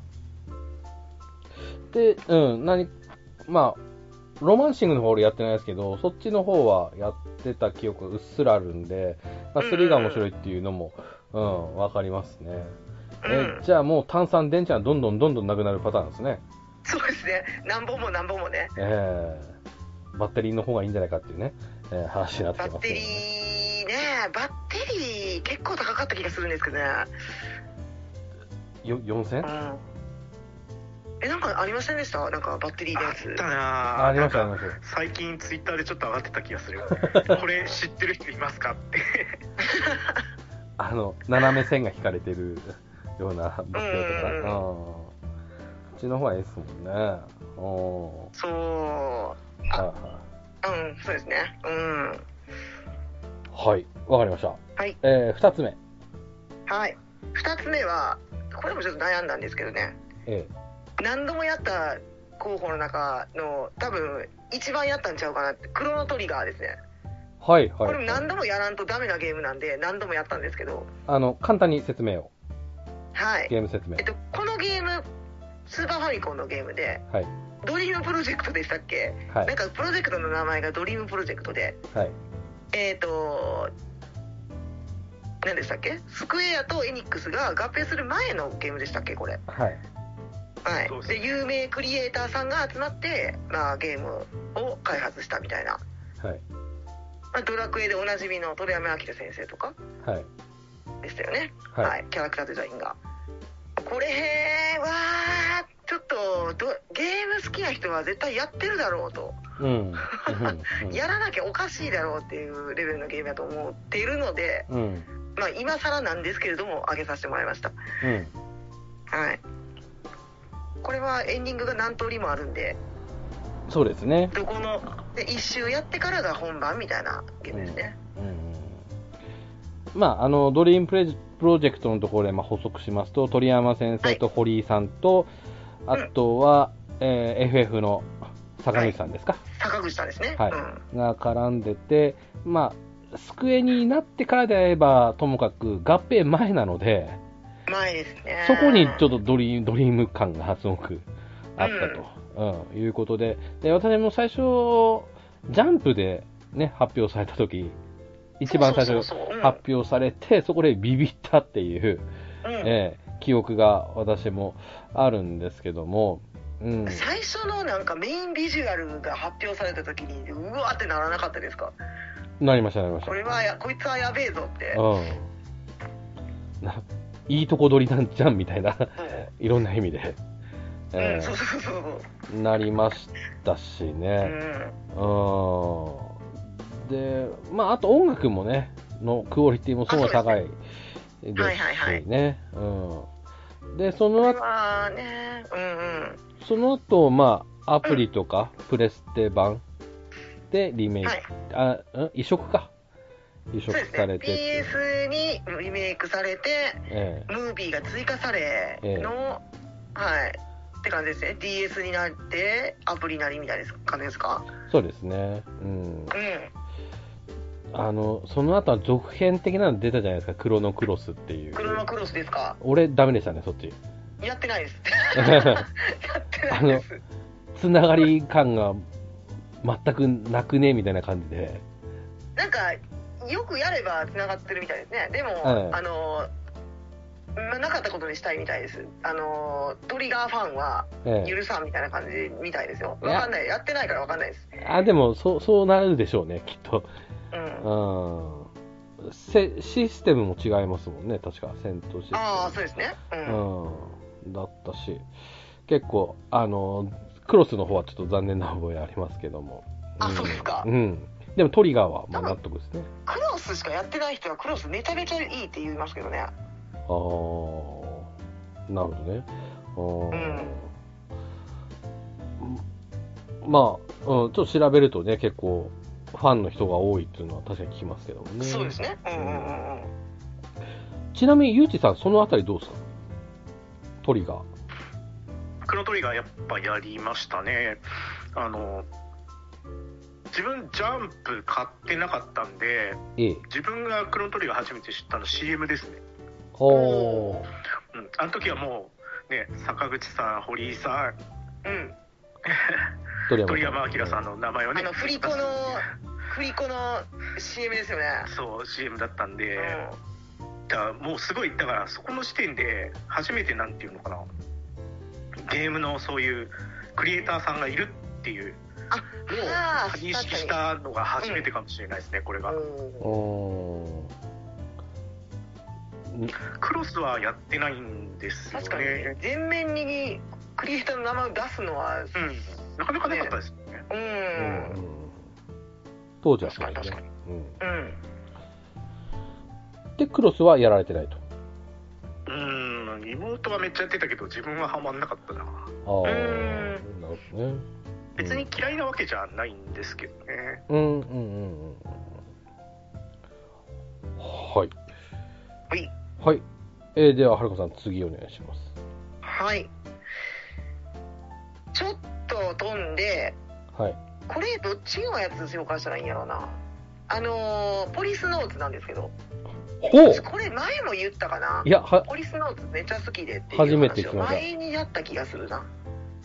で、うん、何、まあ、ロマンシングの方俺やってないですけど、そっちの方はやってた記憶がうっすらあるんで、まあ、
うんうん
3が面白いっていうのも、うん、わかりますね。
う
え
ん。
じゃあもう炭酸電池はどんどんどんどんなくなるパターンですね。
そうですね。何本も何本もね。
えー、バッテリーの方がいいんじゃないかっていうね、えー話になって
バ
き
ッ
ますけ
テ
ど
リ
ね、
ーね、バッテリー結構高かった気がするんですけどね。
よ
う
4000?
ん。え、なんかありませんでしたなんかバッテリーの
あ
や
っ
つ。
たなぁ
あありました、あり
なんか
ました。
最近ツイッターでちょっと上がってた気がする。これ知ってる人いますかって。
あの、斜め線が引かれてるようなバッテリーとか。
うん
うん。こっちの方がいいですもんね。お
そう。
ーはいはい。
うん、そうですね。うん。
はい、わかりました。
はい。
えー、二つ目。
はい。二つ目は、これもちょっと悩んだんですけどね。
え
何度もやった候補の中の、多分、一番やったんちゃうかなって、クロノトリガーですね。
ー、はい、はい。
これも何度もやらんとダメなゲームなんで、何度もやったんですけど、
あの、簡単に説明を。
はい。
ゲーム説明
えっ。と、このゲーム、スーパーファミコンのゲームで、
はい、
ドリームプロジェクトでしたっけ、
は
なん
い、
かプロジェクトの名前がドリームプロジェクトで、
はい。
えっ、と、何でしたっけスクエアとエニックスが合併する前のゲームでしたっけこれ。
はい。
は
そう
い、
そう
で有名クリエイターさんが集まって、まあ、ゲームを開発したみたいな、
はい。
まあ、ドラクエでおなじみの鳥山明先生とか
はい。
でしたよね、はい
はい。
キャラクターデザインがこれはちょっとどゲーム好きな人は絶対やってるだろうと、
うん。うん。うん
やらなきゃおかしいだろうっていうレベルのゲームだと思っているので、
うん。うん。
まあ、今更なんですけれども上げさせてもらいましたはいこれはエンディングが何通りもあるんで
そうですね。
どこので一周やってからが本番みたいなゲームですね、
うん。まあ、あの、ドリームプレジプロジェクトのところで、まあ、補足しますと、鳥山先生と堀井さんと、
い
あとは、えー FF の坂口さんですか、
坂口さんですね、
はい
うん
が絡んでて、まあ、スクエニになってからであれば、ともかく合併前なので、
前ですね
そこにちょっとドリドリーム感がすごくあったと、うんいうことでで、私も最初、ジャンプで、ね、発表されたとき、一番最初
そうそうそうそう
発表されて、そこでビビったっていう、
うんうん
ええ記憶が私もあるんですけども、うん、
最初のなんかメインビジュアルが発表された時にうわーってならなかったですか
なりました、なりまし
これはやこいつはやべえぞって
た。うんないいとこ取りなんじゃんみたいな、いろんな意味で、
うんう
え
んそうそうそうそう
えなりましたし
う
ね。
ん
うんで、まあ、あと音楽もね、のクオリティもすごい高いですしね。
はいはいはい
うん、で、その
これ
後
はねうん
その後、まあ、アプリとか、プレステ版でリメイ
うん
ク、
はい
あ、ん移植か。移
そ
植
うです
されてっ
ね
ていう
PS にリメイクされて
え
ムービーが追加され
ええ
の、はいって感じですね DS になってアプリなりみたいな感じですか
えそうですね。うん。
うん
あの、その後は続編的なの出たじゃないですか、クロノクロスっていう。
車クロスですか
俺、ダメでしたね、そっ ち。
やってないです やってないです
つながり感が全くなくねみたいな感じで。
なんかよくやればつながってるみたいですねでも、
うん
あのまなかったことにしたいみたいですあのトリガーファンは
ええ
許さんみたいな感じみたいですよ
いや
わかんないやってないからわかんないです
あ、でも、そう、そうなるでしょうね、きっと。
うん
うん。せシステムも違いますもんね、確か、戦闘システム。
ああそうですねうん、
うん、だったし、結構、あの、クロスの方はちょっと残念な覚えありますけども。
あ
ん
そうですか
うん。でもトリガーはもう納得ですね。
クロスしかやってない人はクロスめちゃめちゃいいって言いますけどね
ああー、なるほどね。あーまあ、うん、ちょっと調べるとね、結構、ファンの人が多いっていうのは確かに聞きますけどもね。
そうですねうんうんうんうん
ちなみに、ゆうちさん、そのあたりどうですかトリガー。
クロトリガーやっぱやりましたねあの自分ジャンプ買ってなかったんで
ええ。
自分がクロトリガー初めて知ったの CM ですね、
おー。
うん、あの時はもうね坂口さん堀井さん
うん
鳥
鳥山明さんの名前をね
あの振り子の振り子の CM ですよね、
そう CM だったんで、
うん
だからもうすごいだからそこの時点で初めてなんていうのかなゲームのそういうクリエイターさんがいるっていうのを
ああ
認識したのが初めてかもしれないですね、これが、
うん
おー
クロスはやってないんですよ
確かに
ね
ね全面にクリエイターの名前を出すのは
うんなかなかなかったですよね
うんうん
当時はそうです
確か
ね、うん
うん
でクロスはやられてないと
うん妹はめっちゃやってたけど自分はハマんなかったな
ああ
う
なるほどね
別に嫌いなわけじゃないんですけどね、
うんうんうんうんはい
はい
はい、えーでははるかさん次お願いします
はいちょっと飛んで
はい
これどっちのやつ紹介したらいいんやろうなあのーポリスノーツなんですけど
ほう
これ前も言ったかない
やは
ポリスノーツめっちゃ好きでっていう話を
初めて聞きました
前にやった気がするな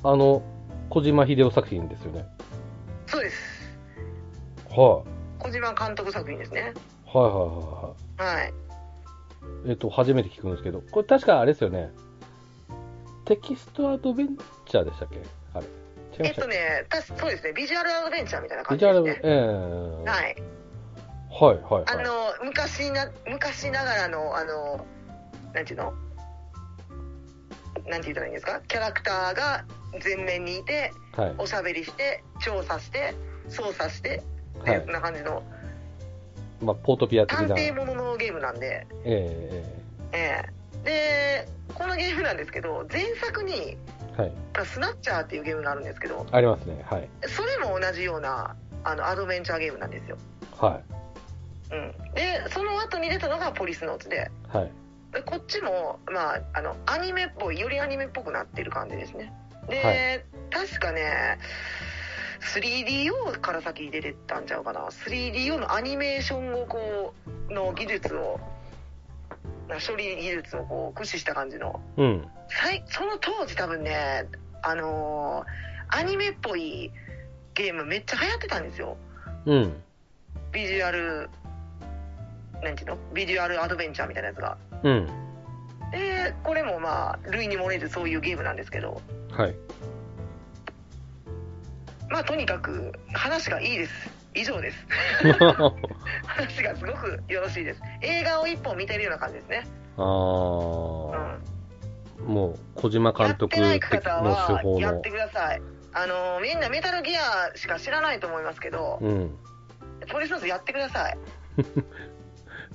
あの小島秀夫作品ですよね
そうです
はい、
小島監督作品ですね
はいはいはいはい
はい
えっ、と、初めて聞くんですけど、これ確かあれですよね。テキストアドベンチャーでしたっけあれ。違い
え
ま
っ
した
と
っけ
ね、たしそうですね、ビジュアルアドベンチャーみたいな感
ビジ
じ
ュ
で
ア
す
ル、え
ね。
え
は
は
い、
い、はい、
あ
はい。
の昔な昔ながらのあのなんていうの、なんて言ったらいいんですか、キャラクターが前面にいて、
はい、
おしゃべりして、調査して、操作して、
は
そ
い
ん。な感じの
まあ、ポートピア的
探
な。
偵
え
もののゲームなんで、
ええ
ええでこのゲームなんですけど、前作に
えはい。
スナッチャーっていうゲームがあるんですけど、
ありますね。はい。
それも同じようなあのアドベンチャーゲームなんですよ。
は
うん、でその後に出たのが「ポリスノーツで
い。はい。
でこっちも、まあ、あのアニメっぽいよりアニメっぽくなってる感じですねで、
は
確かね 3DO から先出てたんちゃうかな 3DO のアニメーションをこうの技術をな処理技術をこう駆使した感じの
うん。
最その当時多分ねあのーアニメっぽいゲームめっちゃ流行ってたんですよ
うん。
ビジュアルなんていうのビジュアルアドベンチャーみたいなやつが
うん。
でこれもまあ類に漏れずそういうゲームなんですけど
はい。
まあとにかく話がいいです以上です 話がすごくよろしいです映画を一本見てるような感じですね、
あー、
うん、
もう、小島
や
監
って
督
な
の
い
手
方
法
はやっ
の
て。くださいあのーみんなメタルギアしか知らないと思いますけど
うん。
トリソースやってく ださい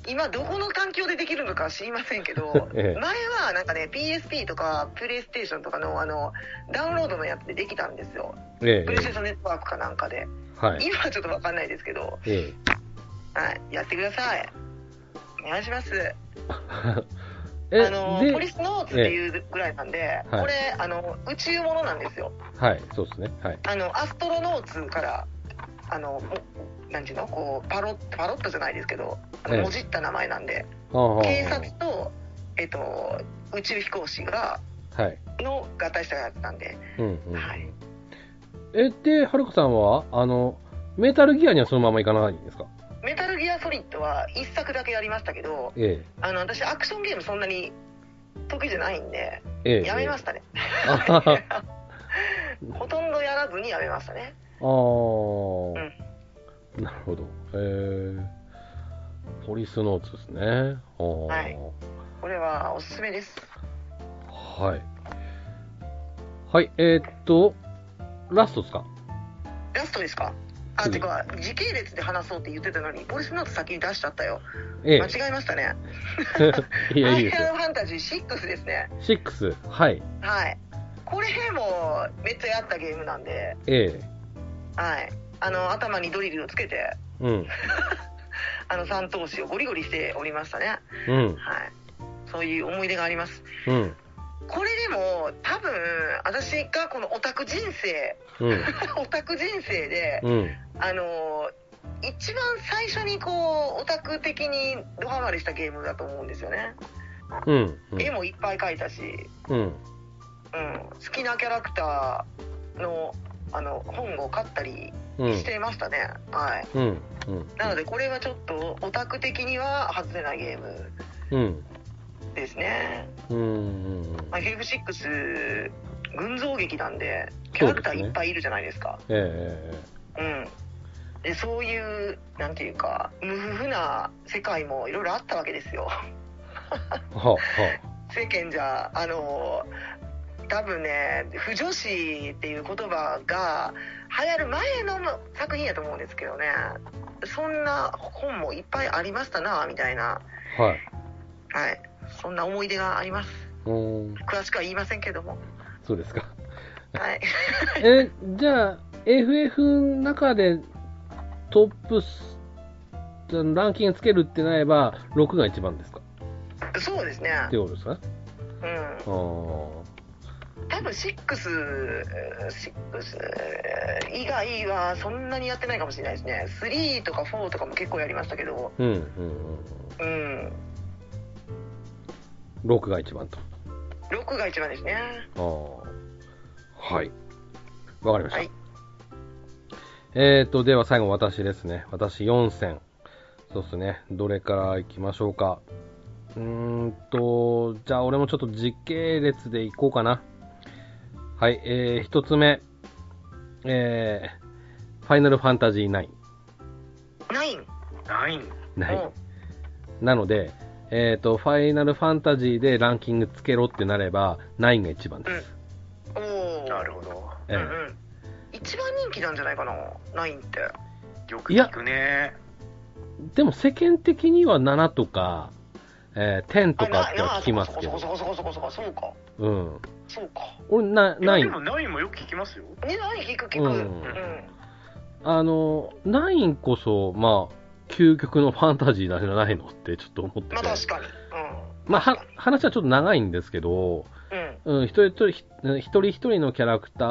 今どこの環境でできるのか知りませんけど
ええ
前はなんかね PSP とかプレイステーションとかのあのダウンロードのやつでできたんですよ
え
プレイステーションネットワークかなんかで
え。はい。
今はちょっと分かんないですけど、
え
はい、やってくださいお願いします
え。え、
あのポリ
で、
スノーツっていうぐらいなんで、
はい
これあの宇宙ものなんですよ
はい、そうですね。はい。
あのアストロノーツからあの何ていうのこうパロッパロットじゃないですけどあの
ええ
もじった名前なんで
あー
警察と、えっと、宇宙飛行士が
はい。
の合体したやつなんで
うんうん。
はい
え、で、はるかさんは、あの、メタルギアにはそのままいかないんですか
メタルギアソリッドは一作だけやりましたけど
え
あの私アクションゲームそんなに得意じゃないんで
え。ええ。
やめましたね
あはは
ほとんどやらずにやめましたね
ああ、なるほど。へえ。ポリスノーツですね。あー
はいこれはおすすめです
はい。はい、えーっと、ラストですか
ラストですか
う
あ、
ん
てか時系列で話そうって言ってたのにポリスノート先に出しちゃったよ
え
間違えましたね
え。 い
フ
や、
ァ
いいで
イナ
す
ル
よ。
ファンタジー6ですね
6、はい。
はいこれもめっちゃやったゲームなんで
え
はいあの頭にドリルをつけて
え。うん。
あの三投手をゴリゴリしておりましたね
うん。
はいそういう思い出があります
うん。
これでも多分私がこのオタク人生
うん。
オタク人生で
うん。
あのー一番最初にこうオタク的にドハマりしたゲームだと思うんですよね、
うん。
絵もいっぱい描いたし、
うん。
うん、好きなキャラクターのあの本を買ったり
うん。
してましたね、はい
うん。うん。
なのでこれはちょっとオタク的には外せないゲーム
うん。
ですね、
うん。うん。
まあ、FF6 群像劇なんでキャラクターいっぱいいるじゃないですか
ええ。
うんでそういうなんていうか無夫婦な世界もいろいろあったわけですよ
はあ、は
世間じゃあの多分ね不女子っていう言葉が流行る前の作品やと思うんですけどねそんな本もいっぱいありましたなみたいな
あ。はい。
はいそんな思い出があります
うん。
詳しくは言いませんけども
そうですか。
はい
え、じゃあ、FF の中でトップス、ランキングつけるってなれば、6が一番ですか
そうですね
ってことですかね。
うん
あー
多分6、6以外はそんなにやってないかもしれないですね。3とか4とかも結構やりましたけど、
うん、うん、
うん、
うん。6が一番と。
6が一番ですね。
ああ。はい。わかりました。
はい
えーと、では最後私ですね。私4選。そうですね。どれから行きましょうか。うーんと、じゃあ俺もちょっと時系列で行こうかな。はい、えー、一つ目。えー、ファイナルファンタジー9。
9、
ないん
な
うん
い。なので、えーと、ファイナルファンタジーでランキングつけろってなれば、9が一番です。
おお、
なるほど
え
う
ー
んうん。一番人気なんじゃないかな、9って。
よく聞くね
でも世間的には7とか、えー10と
あ
かっ
な
ては聞きます
そ
け
こそ
ど、
こそこそこそこそこそうか、
うん。
そうか。
俺、な、
いや
ない
でもないもよく聞きますよ
ね、何聞く聞く。
う
うんん。
あの、ナインこそ、まあ、究極のファンタジーなんじゃないのってちょっと思ってて。
まあ確かに。
まあは話はちょっと長いんですけど、
うん。うん。
うん、一人一人ひ、一人一人のキャラクター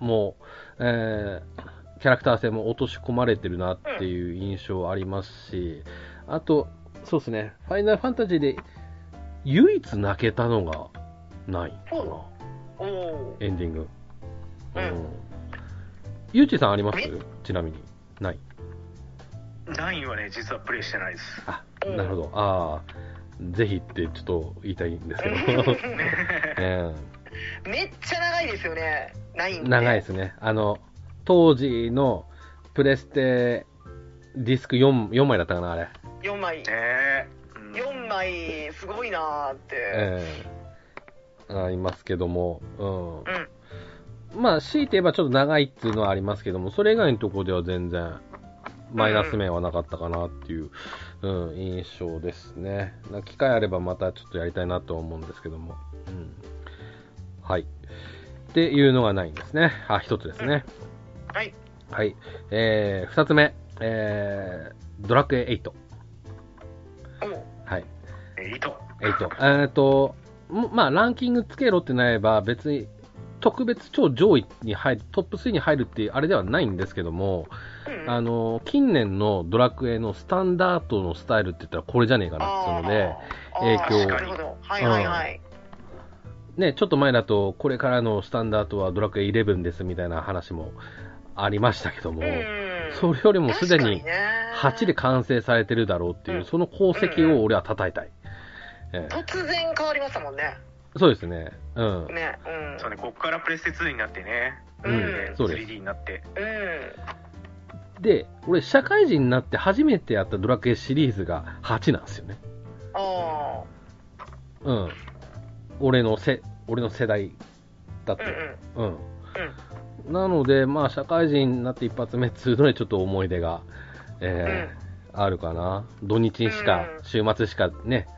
も、えーキャラクター性も落とし込まれてるなっていう印象ありますし、あと、そうですね、ファイナルファンタジーで唯一泣けたのがないかな、
ほおお
エンディング。う
うん
ん。ゆうちさんあります
え
ちなみに。ない。
9はね、実はプレイしてないです。
あ、
うん
なるほど。ああ、ぜひってちょっと言いたいんですけど。 えー
めっちゃ長いですよねないんで
長いですね。あの、当時のプレステディスク 4, 4枚だったかな、あれ。
4枚
ねうん
4枚すごいなーって、
ええありますけども。う
うん
ん。まあ、強いて言えばちょっと長いっていうのはありますけども、それ以外のところでは全然、マイナス面はなかったかなっていう、うん、印象ですね。な機会あればまたちょっとやりたいなと思うんですけども。うん。はい。っていうのがないんですね。あ、一つですね。
はい
はい。えー、二つ目。えー、ドラクエ8。
おう
はい。
えいいと。
8。えっと、もまあ、ランキングつけろってなれば、別に、特別超上位に入る、トップ3に入るっていうあれではないんですけども、
うん
あの、近年のドラクエのスタンダードのスタイルって言ったらこれじゃねえかなっていうの影響
あーなるほどはいはいはい、
で、ね、ちょっと前だと、これからのスタンダードはドラクエ11ですみたいな話もありましたけども、
うん
それよりもすで
確か
に
ね
8で完成されてるだろうっていうう、
ん
その功績を俺は叩いたい。ええ
突然変わりましたもんね
そうですね。うん。
ねうん
そうね、こっからプレステ2になってね、
う
うん
ん、そうです。
3D になって。
う
で、俺、社会人になって初めてやったドラクエシリーズが8なんですよね。
んあ
うん。俺のせ、俺の世代だっ
あうん
て。うん。
うん
なので、まあ、社会人になって一発目っつうのにちょっと思い出が、えーあるかな。土日にしか、
うん
週末しかね、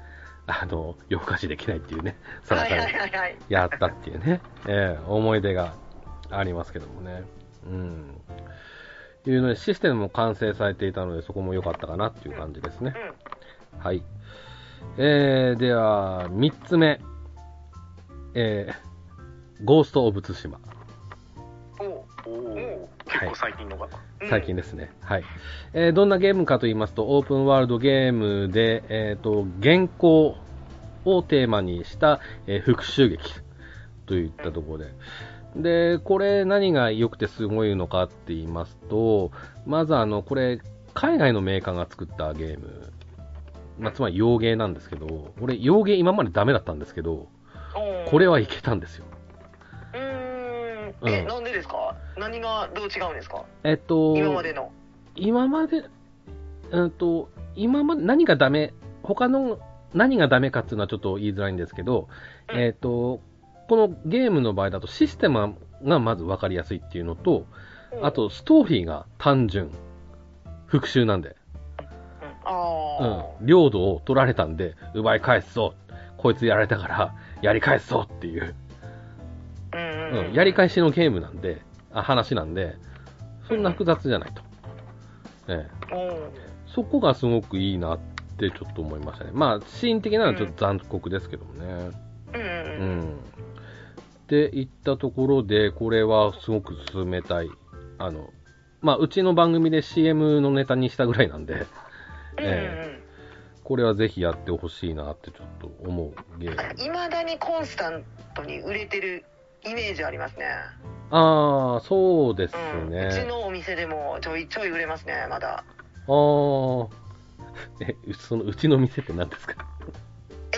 あの、夜更かしできないっていうね、
う
さ
ん
ら
はい
さ
は
ら
いはいはい
やったっていうね、ええ思い出がありますけどもね。うん。いうので、システムも完成されていたので、そこも良かったかなっていう感じですね
う。ん
はい。えー、では、三つ目。えー、ゴースト・オブ・ツシマ。
お
お
お
お、結構最近のが。
うん
最近ですね。はい。えーどんなゲームかと言いますと、オープンワールドゲームで、えっ、と、原稿をテーマにした、えー復讐劇といったところで。で、これ何が良くてすごいのかって言いますと、まずあの、これ、海外のメーカーが作ったゲーム。まあ、つまり洋芸なんですけど、俺洋芸今までダメだったんですけど、
おー
これはいけたんですよ。
うーん
う
え
ん
なんでですか何がどう違うんですか
えっと、
今までの
今まで、うんと、今まで何がダメ、他の何がダメかっていうのはちょっと言いづらいんですけど、
うん
えっ、と、このゲームの場合だとシステムがまず分かりやすいっていうのと、あとストーリーが単純。復讐なんで。
うん
う
あ
ん
あ。
領土を取られたんで、奪い返すぞ。こいつやられたから、やり返すぞっていう。
うんうん
うん、やり返しのゲームなんで、あ話なんで、そんな複雑じゃないと。ええ
おー
そこがすごくいいなってちょっと思いましたね。まあ、シーン的なのはちょっと残酷ですけどもね。
うん
う
うん
ん。って言ったところで、これはすごく進めたい。あの、まあ、うちの番組で CM のネタにしたぐらいなんで、
うん
え
うん
これはぜひやってほしいなってちょっと思うゲーム。
いまだにコンスタントに売れてるイメージありますね
ああ、そうです
うんうち
ね。
のお店でもちょいちょい売れますねまだ
ああ。 え、うそのうちの店って何ですか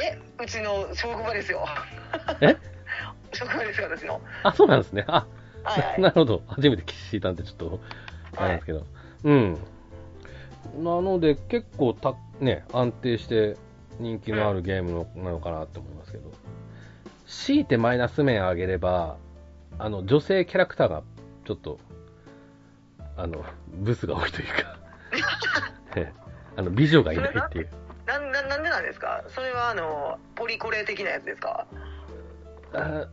えうちの職場ですよ
え
職場ですよ私の
あ、そうなんですね。あ、
はいはい
なるほど。初めて聞いたんで、ちょっと、あれなんですけど。うん。なので、結構た、ね、安定して人気のあるゲームのなのかなと思いますけど。強いてマイナス面上げれば、あの、女性キャラクターが、ちょっと、あの、ブスが多いという か、ねあの、美女がいないっていう。
なんなんなんでなんですかそれはあのポリコレ的なやつですか
あ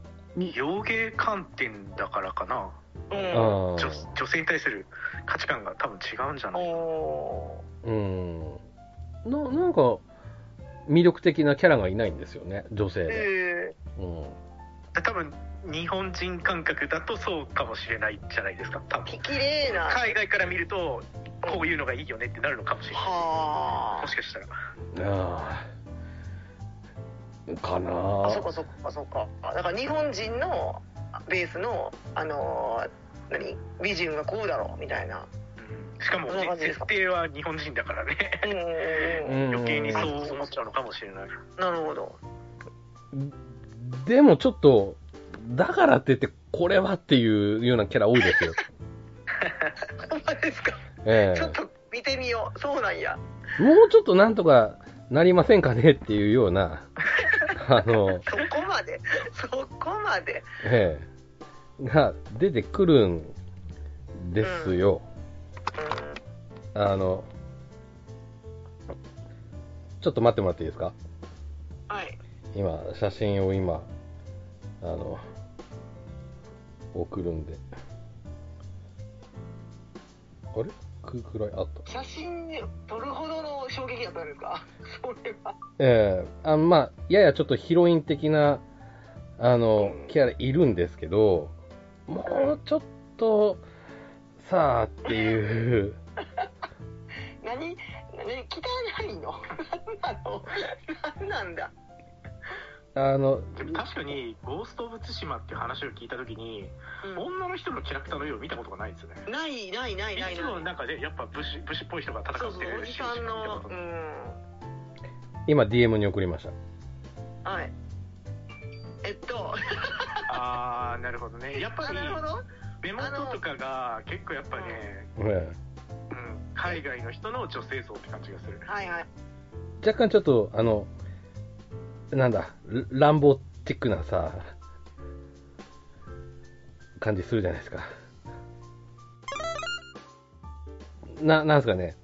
洋芸観点だからかな、
うん
あ
女
ー、
女性に対する価値観が多分違うんじゃない
お
うん。な、なんか、魅力的なキャラがいないんですよね、女性
ー
で。
え
うん
で多分日本人感覚だとそうかもしれないじゃないですか多分
き綺麗な
海外から見るとこういうのがいいよねってなるのかもしれない
は
もしかしたら
ああかなあ
ああそっかそっかそっかだから日本人のベースのあのー何美人はこうだろうみたいな
しかも
そんな感じですか
設定は日本人だからね
うんうんうんうん
余計にそう思っちゃうのかもしれない
なるほど
でもちょっと、だからって言って、これはっていうようなキャラ多いです よ。
ほんまですか、
え
ちょっ
え
と見てみようそうなんや
もうちょっとなんとかなりませんかねっていうよう な、あの、
そこまで そこまで
ええが出てくるんですよ。
う
あの、ちょっと待ってもらっていいですか
んはい
今、写真を今、あの、送るんで。あれくくらいあった。
写真に撮るほどの衝撃だったんですかそれは
ええあまあ、ややちょっとヒロイン的な、あの
うん、
キャラいるんですけど、もうちょっと、さあっていう、
何何汚いの何なの何なんだ
あの、
でも確かに「ゴースト・オブ・ツシマ」っていう話を聞いた時に
う
女の人のキャラクターの絵を見たことがないんですよね
んないないないない
いつ
ない
もなんかねやっぱ武士武士っぽい人が戦
そう
っ
そ
て
うお
る
じ
シ
さ
ーンし
ん
か見た
の
こと
う
ない
ん
今 DM に送りました。
はいえっと
ああなるほど ねやっぱ
あ
り
なるほど
目元とかが結構やっぱね、
ええ
うん、海外の人の女性像って感じがす る
はいはい
若干ちょっと、あの、なんだ、ラ乱暴チックなさ、感じするじゃないですか。な、なんですかね。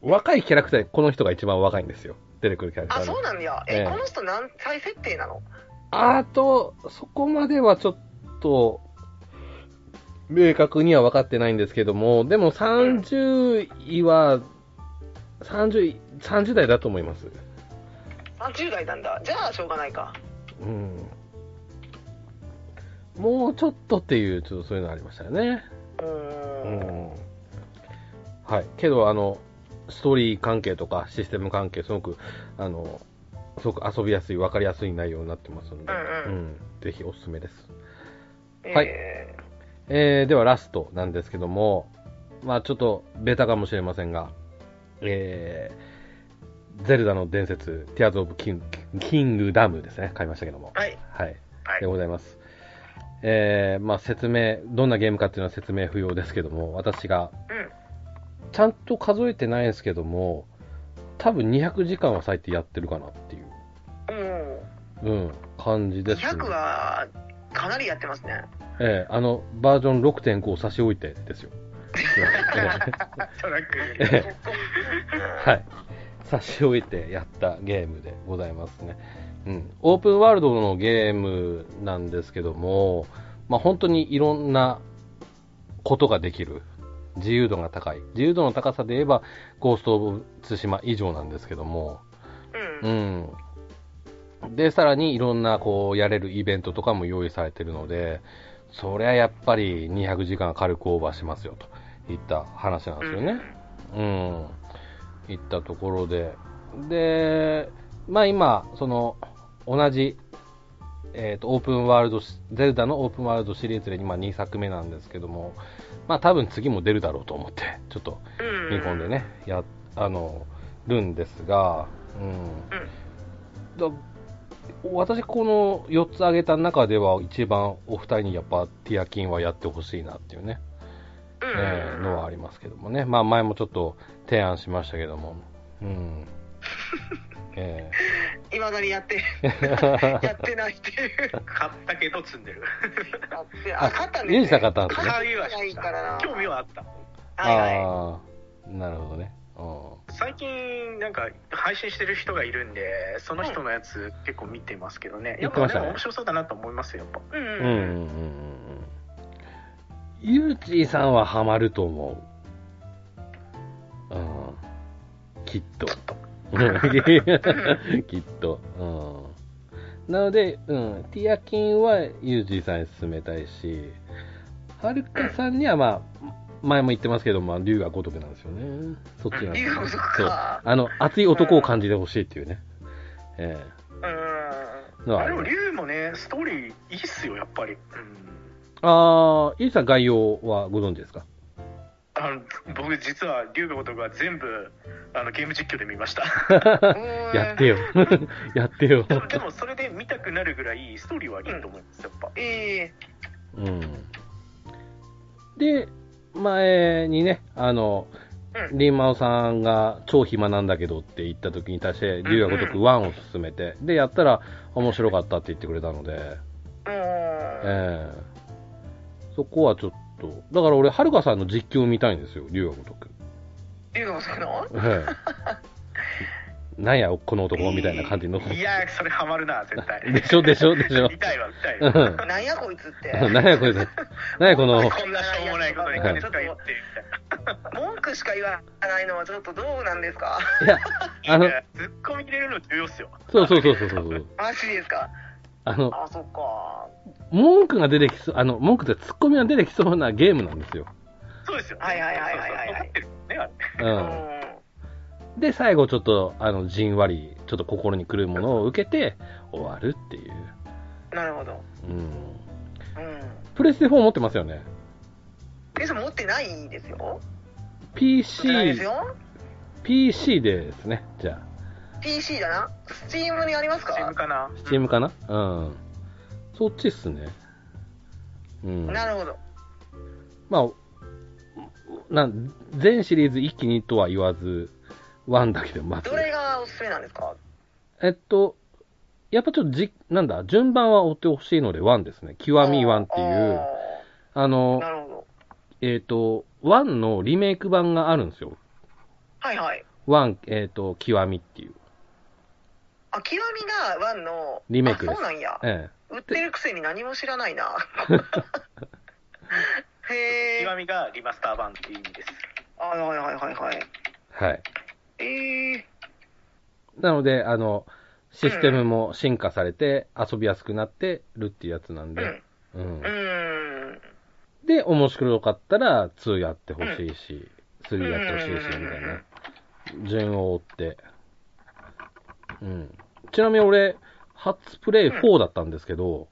若いキャラクターでこの人が一番若いんですよ。出てくるキャラクター
あ
で
そうなんや
え
え
え
この人何歳設定なの
あと、そこまではちょっと、明確には分かってないんですけども、でも30位は、30位、30代だと思います。
30代なんだじゃあしょうがないか
うんもうちょっとっていう、ちょっとそういうのありましたよね。
う
う
ーん
ん。はい。けど、あの、ストーリー関係とかシステム関係、すごく、あの、すごく遊びやすい、わかりやすい内容になってますので、
うんうん
ぜひおすすめです。はい
え
えー、ではラストなんですけども、まあちょっとベタかもしれませんが、えー、ゼルダの伝説、ティアーズ・オブ・キンキングダムですね。買いましたけども。
ーはい
はい。
はい
でございます。えー、まあ説明、どんなゲームかっていうのは説明不要ですけども、私が、
うん
ちゃんと数えてないですけども、多分200時間は最低やってるかなっていう、
うん
うん、感じです。
200はかなりやってますね
ええあの、バージョン6.5を差し置いてです よ。
トラック
え えはい。差し置いてやったゲームでございますね。うん。オープンワールドのゲームなんですけども、まあ本当にいろんなことができる。自由度が高い。自由度の高さで言えば、ゴースト・オブ・ツシマ以上なんですけども、
うん
うん。で、さらにいろんな、こう、やれるイベントとかも用意されてるので、そりゃやっぱり200時間は軽くオーバーしますよ、といった話なんですよね。うん。いったところで。で、まあ今、その、同じ、えっ、と、オープンワールドし、ゼルダのオープンワールドシリーズで今2作目なんですけども、まあ多分次も出るだろうと思って、ちょっと
うん
見込んでね、や、あの、るんですが、うん。だ私、この4つ挙げた中では、一番お二人にやっぱ、ティアキンはやってほしいなっていうね、
うん
えーのはありますけどもね。まあ、前もちょっと提案しましたけども、 うん。え
いまだにやって やってないっていう
買ったけど積んでる
あって
あ
あ勝ったんです
ユー
ね
ジさん勝ったんですね
買いは
ない
し
か
た
らな
興味はあった
ー、
はいはい
ああ、なるほどね。う
最近なんか配信してる人がいるんでその人のやつ結構見てますけどね
言
や
っ
ってぱ
まし
で
たね
も面白そうだなと思いますよやっぱ
うん
ん。うんうんうんうん。ユージさんはハマると思う。 うん。きっと。きっと。うん。なので、うん、ティアキンはユージさんに勧めたいし、はるかさんには、まあ、前も言ってますけど、まあ、龍が如くなんですよね。そっちなんです
龍が
よ
如く
そう
か。
あの、熱い男を感じてほしいっていうね。え
う
えのは
あ
あり
でも
ます
龍もねストーリーいいっすよやっぱり、うん、
あー、ゆうじさん概要はご存知ですか
あの僕実は龍が如くは全部あのゲーム実況で見ました
ん。
やってよ。やってよ。
でもでもそれで見たくなるぐらいストーリーはいいと思いますやっぱ
うん。いい。
うん。で、前にね、あの、
うん
リンマオさんが超暇なんだけどって言った時に対して、龍が如く1を勧めて、で、やったら面白かったって言ってくれたので、
うん。
ええそこはちょっと、だから俺、はるかさんの実況見たいんですよ、龍が如く。
龍が如くの
ええなんや、この男みたいな感じの。
いやそれハマるな絶対
でしょ、でしょ、でしょ。
見たいわ見たいうわ
ん。
なんやこい つって。
何やこれ、何やこの、
こんなしょうもないことに金使いってみたいな
文句しか言わないのはちょっとどうなんですか
いや、あの、
ツッコミ入れるの重要っすよ。
そうそうそうそうそう。
マジで すか
あの、
あ、そっか。
文句が出てきそう、あの、文句ってツッコミが出てきそうなゲームなんですよ。
そうですよ、ね。
はいはいはいはいはい
そうそうそう思ってるもんね、あれ
う。
うん
で、最後ちょっと、あの、じんわり、ちょっと心にくるものを受けて、終わるっていう。
ん。なるほど。
うん。
うん。
プレステ4持ってますよね。
で、それ持ってないですよ。持ってないで
PC、
すよ。
PC でですね。じゃあ、
PC だな。Steam にあります
チー
か
ムかな。
スチームかなうん。そっちっすね。うん。
なるほど。
まあ、なん全シリーズ一気にとは言わず、1だけで待つ
ど。れがおすすめなんですか
えっと、やっぱちょっとじ、なんだ、順番は追ってほしいので1ですね。極み1っていう、あ
あー
の
な、るほど。
えっ、と、1のリメイク版があるんですよ。
はいはい。
1、えっ、と、極みっていう。
あ、極みが1の。
リメイクです
あそうなんや。
え
売ってるくせに何も知 らないな。へえ。
極みがリマスター版っていう意味です。
あ、はいはいはいはい。
えはい。
ええ。
なので、あの、システムも進化されて、遊びやすくなってるっていうやつなん
う
で
ん。。
うん
う。ん。
で、面白かったら、2やってほしいし、3やってほしいし、みたいな。順を追って。うん。ちなみに俺、初プレイ4だったんですけど、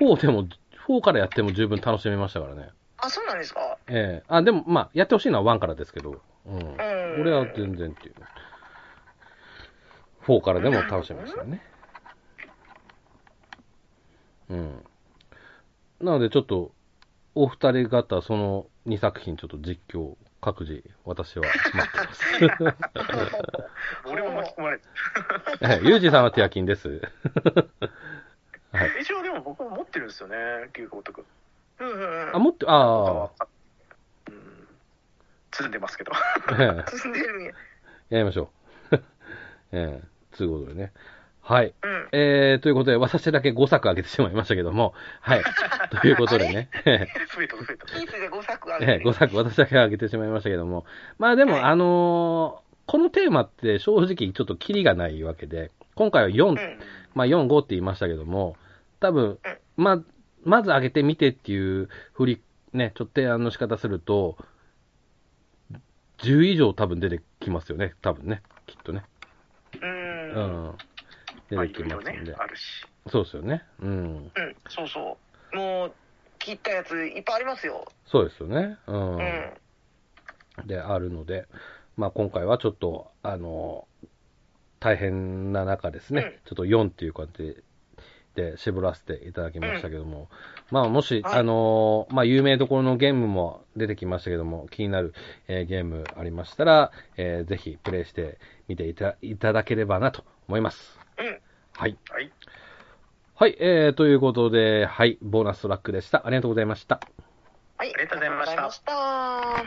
うん。
4でも、4からやっても十分楽しめましたからね。
あ、そうなんですか
ええあ、でも、まあ、やってほしいのは1からですけど、うん。
ん
俺は全然っていう。4からでも楽しめましたね。うん。なので、ちょっと、お二人方、その2作品、ちょっと実況、各自、私は待ってます。
俺も巻き込まれて。
はいユージさんは手焼きんです。はい。
一応でも僕も持ってるんですよね、流行とか。
うんうんうん。
あ、もっと、あ
あ。うん。積んでますけど。
あ、え
進んでるね。
えやりましょう。 ええということでね。はい。
うん。
えー、ということで、私だけ5作あげてしまいましたけども、はい。ということでね、
増えた増えた。
ピースで5作ある。
5作私だけあげてしまいましたけども、まあで
はい
も、あのーこのテーマって正直ちょっとキリがないわけで、今回は4、
うん。
まあ4、5って言いましたけども、多分、まあ、まず上げてみてっていう振り、ね、ちょっと提案の仕方すると、10以上多分出てきますよね、多分ね、きっとね。
うん。
う
うん。
ん。
まあ
出
い
てき
ろい
ま
ろ
すんで。
ね、あるし。
そうですよね。うん。
そうそう。もう、切ったやついっぱいありますよ。
そうですよね。うん。
うん。
で、あるので、まあ今回はちょっと、あの、大変な中ですね、
うん
ちょっと4っていう感じで絞らせていただきましたけども、まあもし、
はい
あの、まあ有名どころのゲームも出てきましたけども、気になる、えーゲームありましたら、えーぜひプレイしてみていたいただければなと思います。
うん。
はい。
はい。
はい、えー、ということで、はい、ボーナストラックでした。ありがとうございました。
はい。
ありがとうございました
ありがとうございました。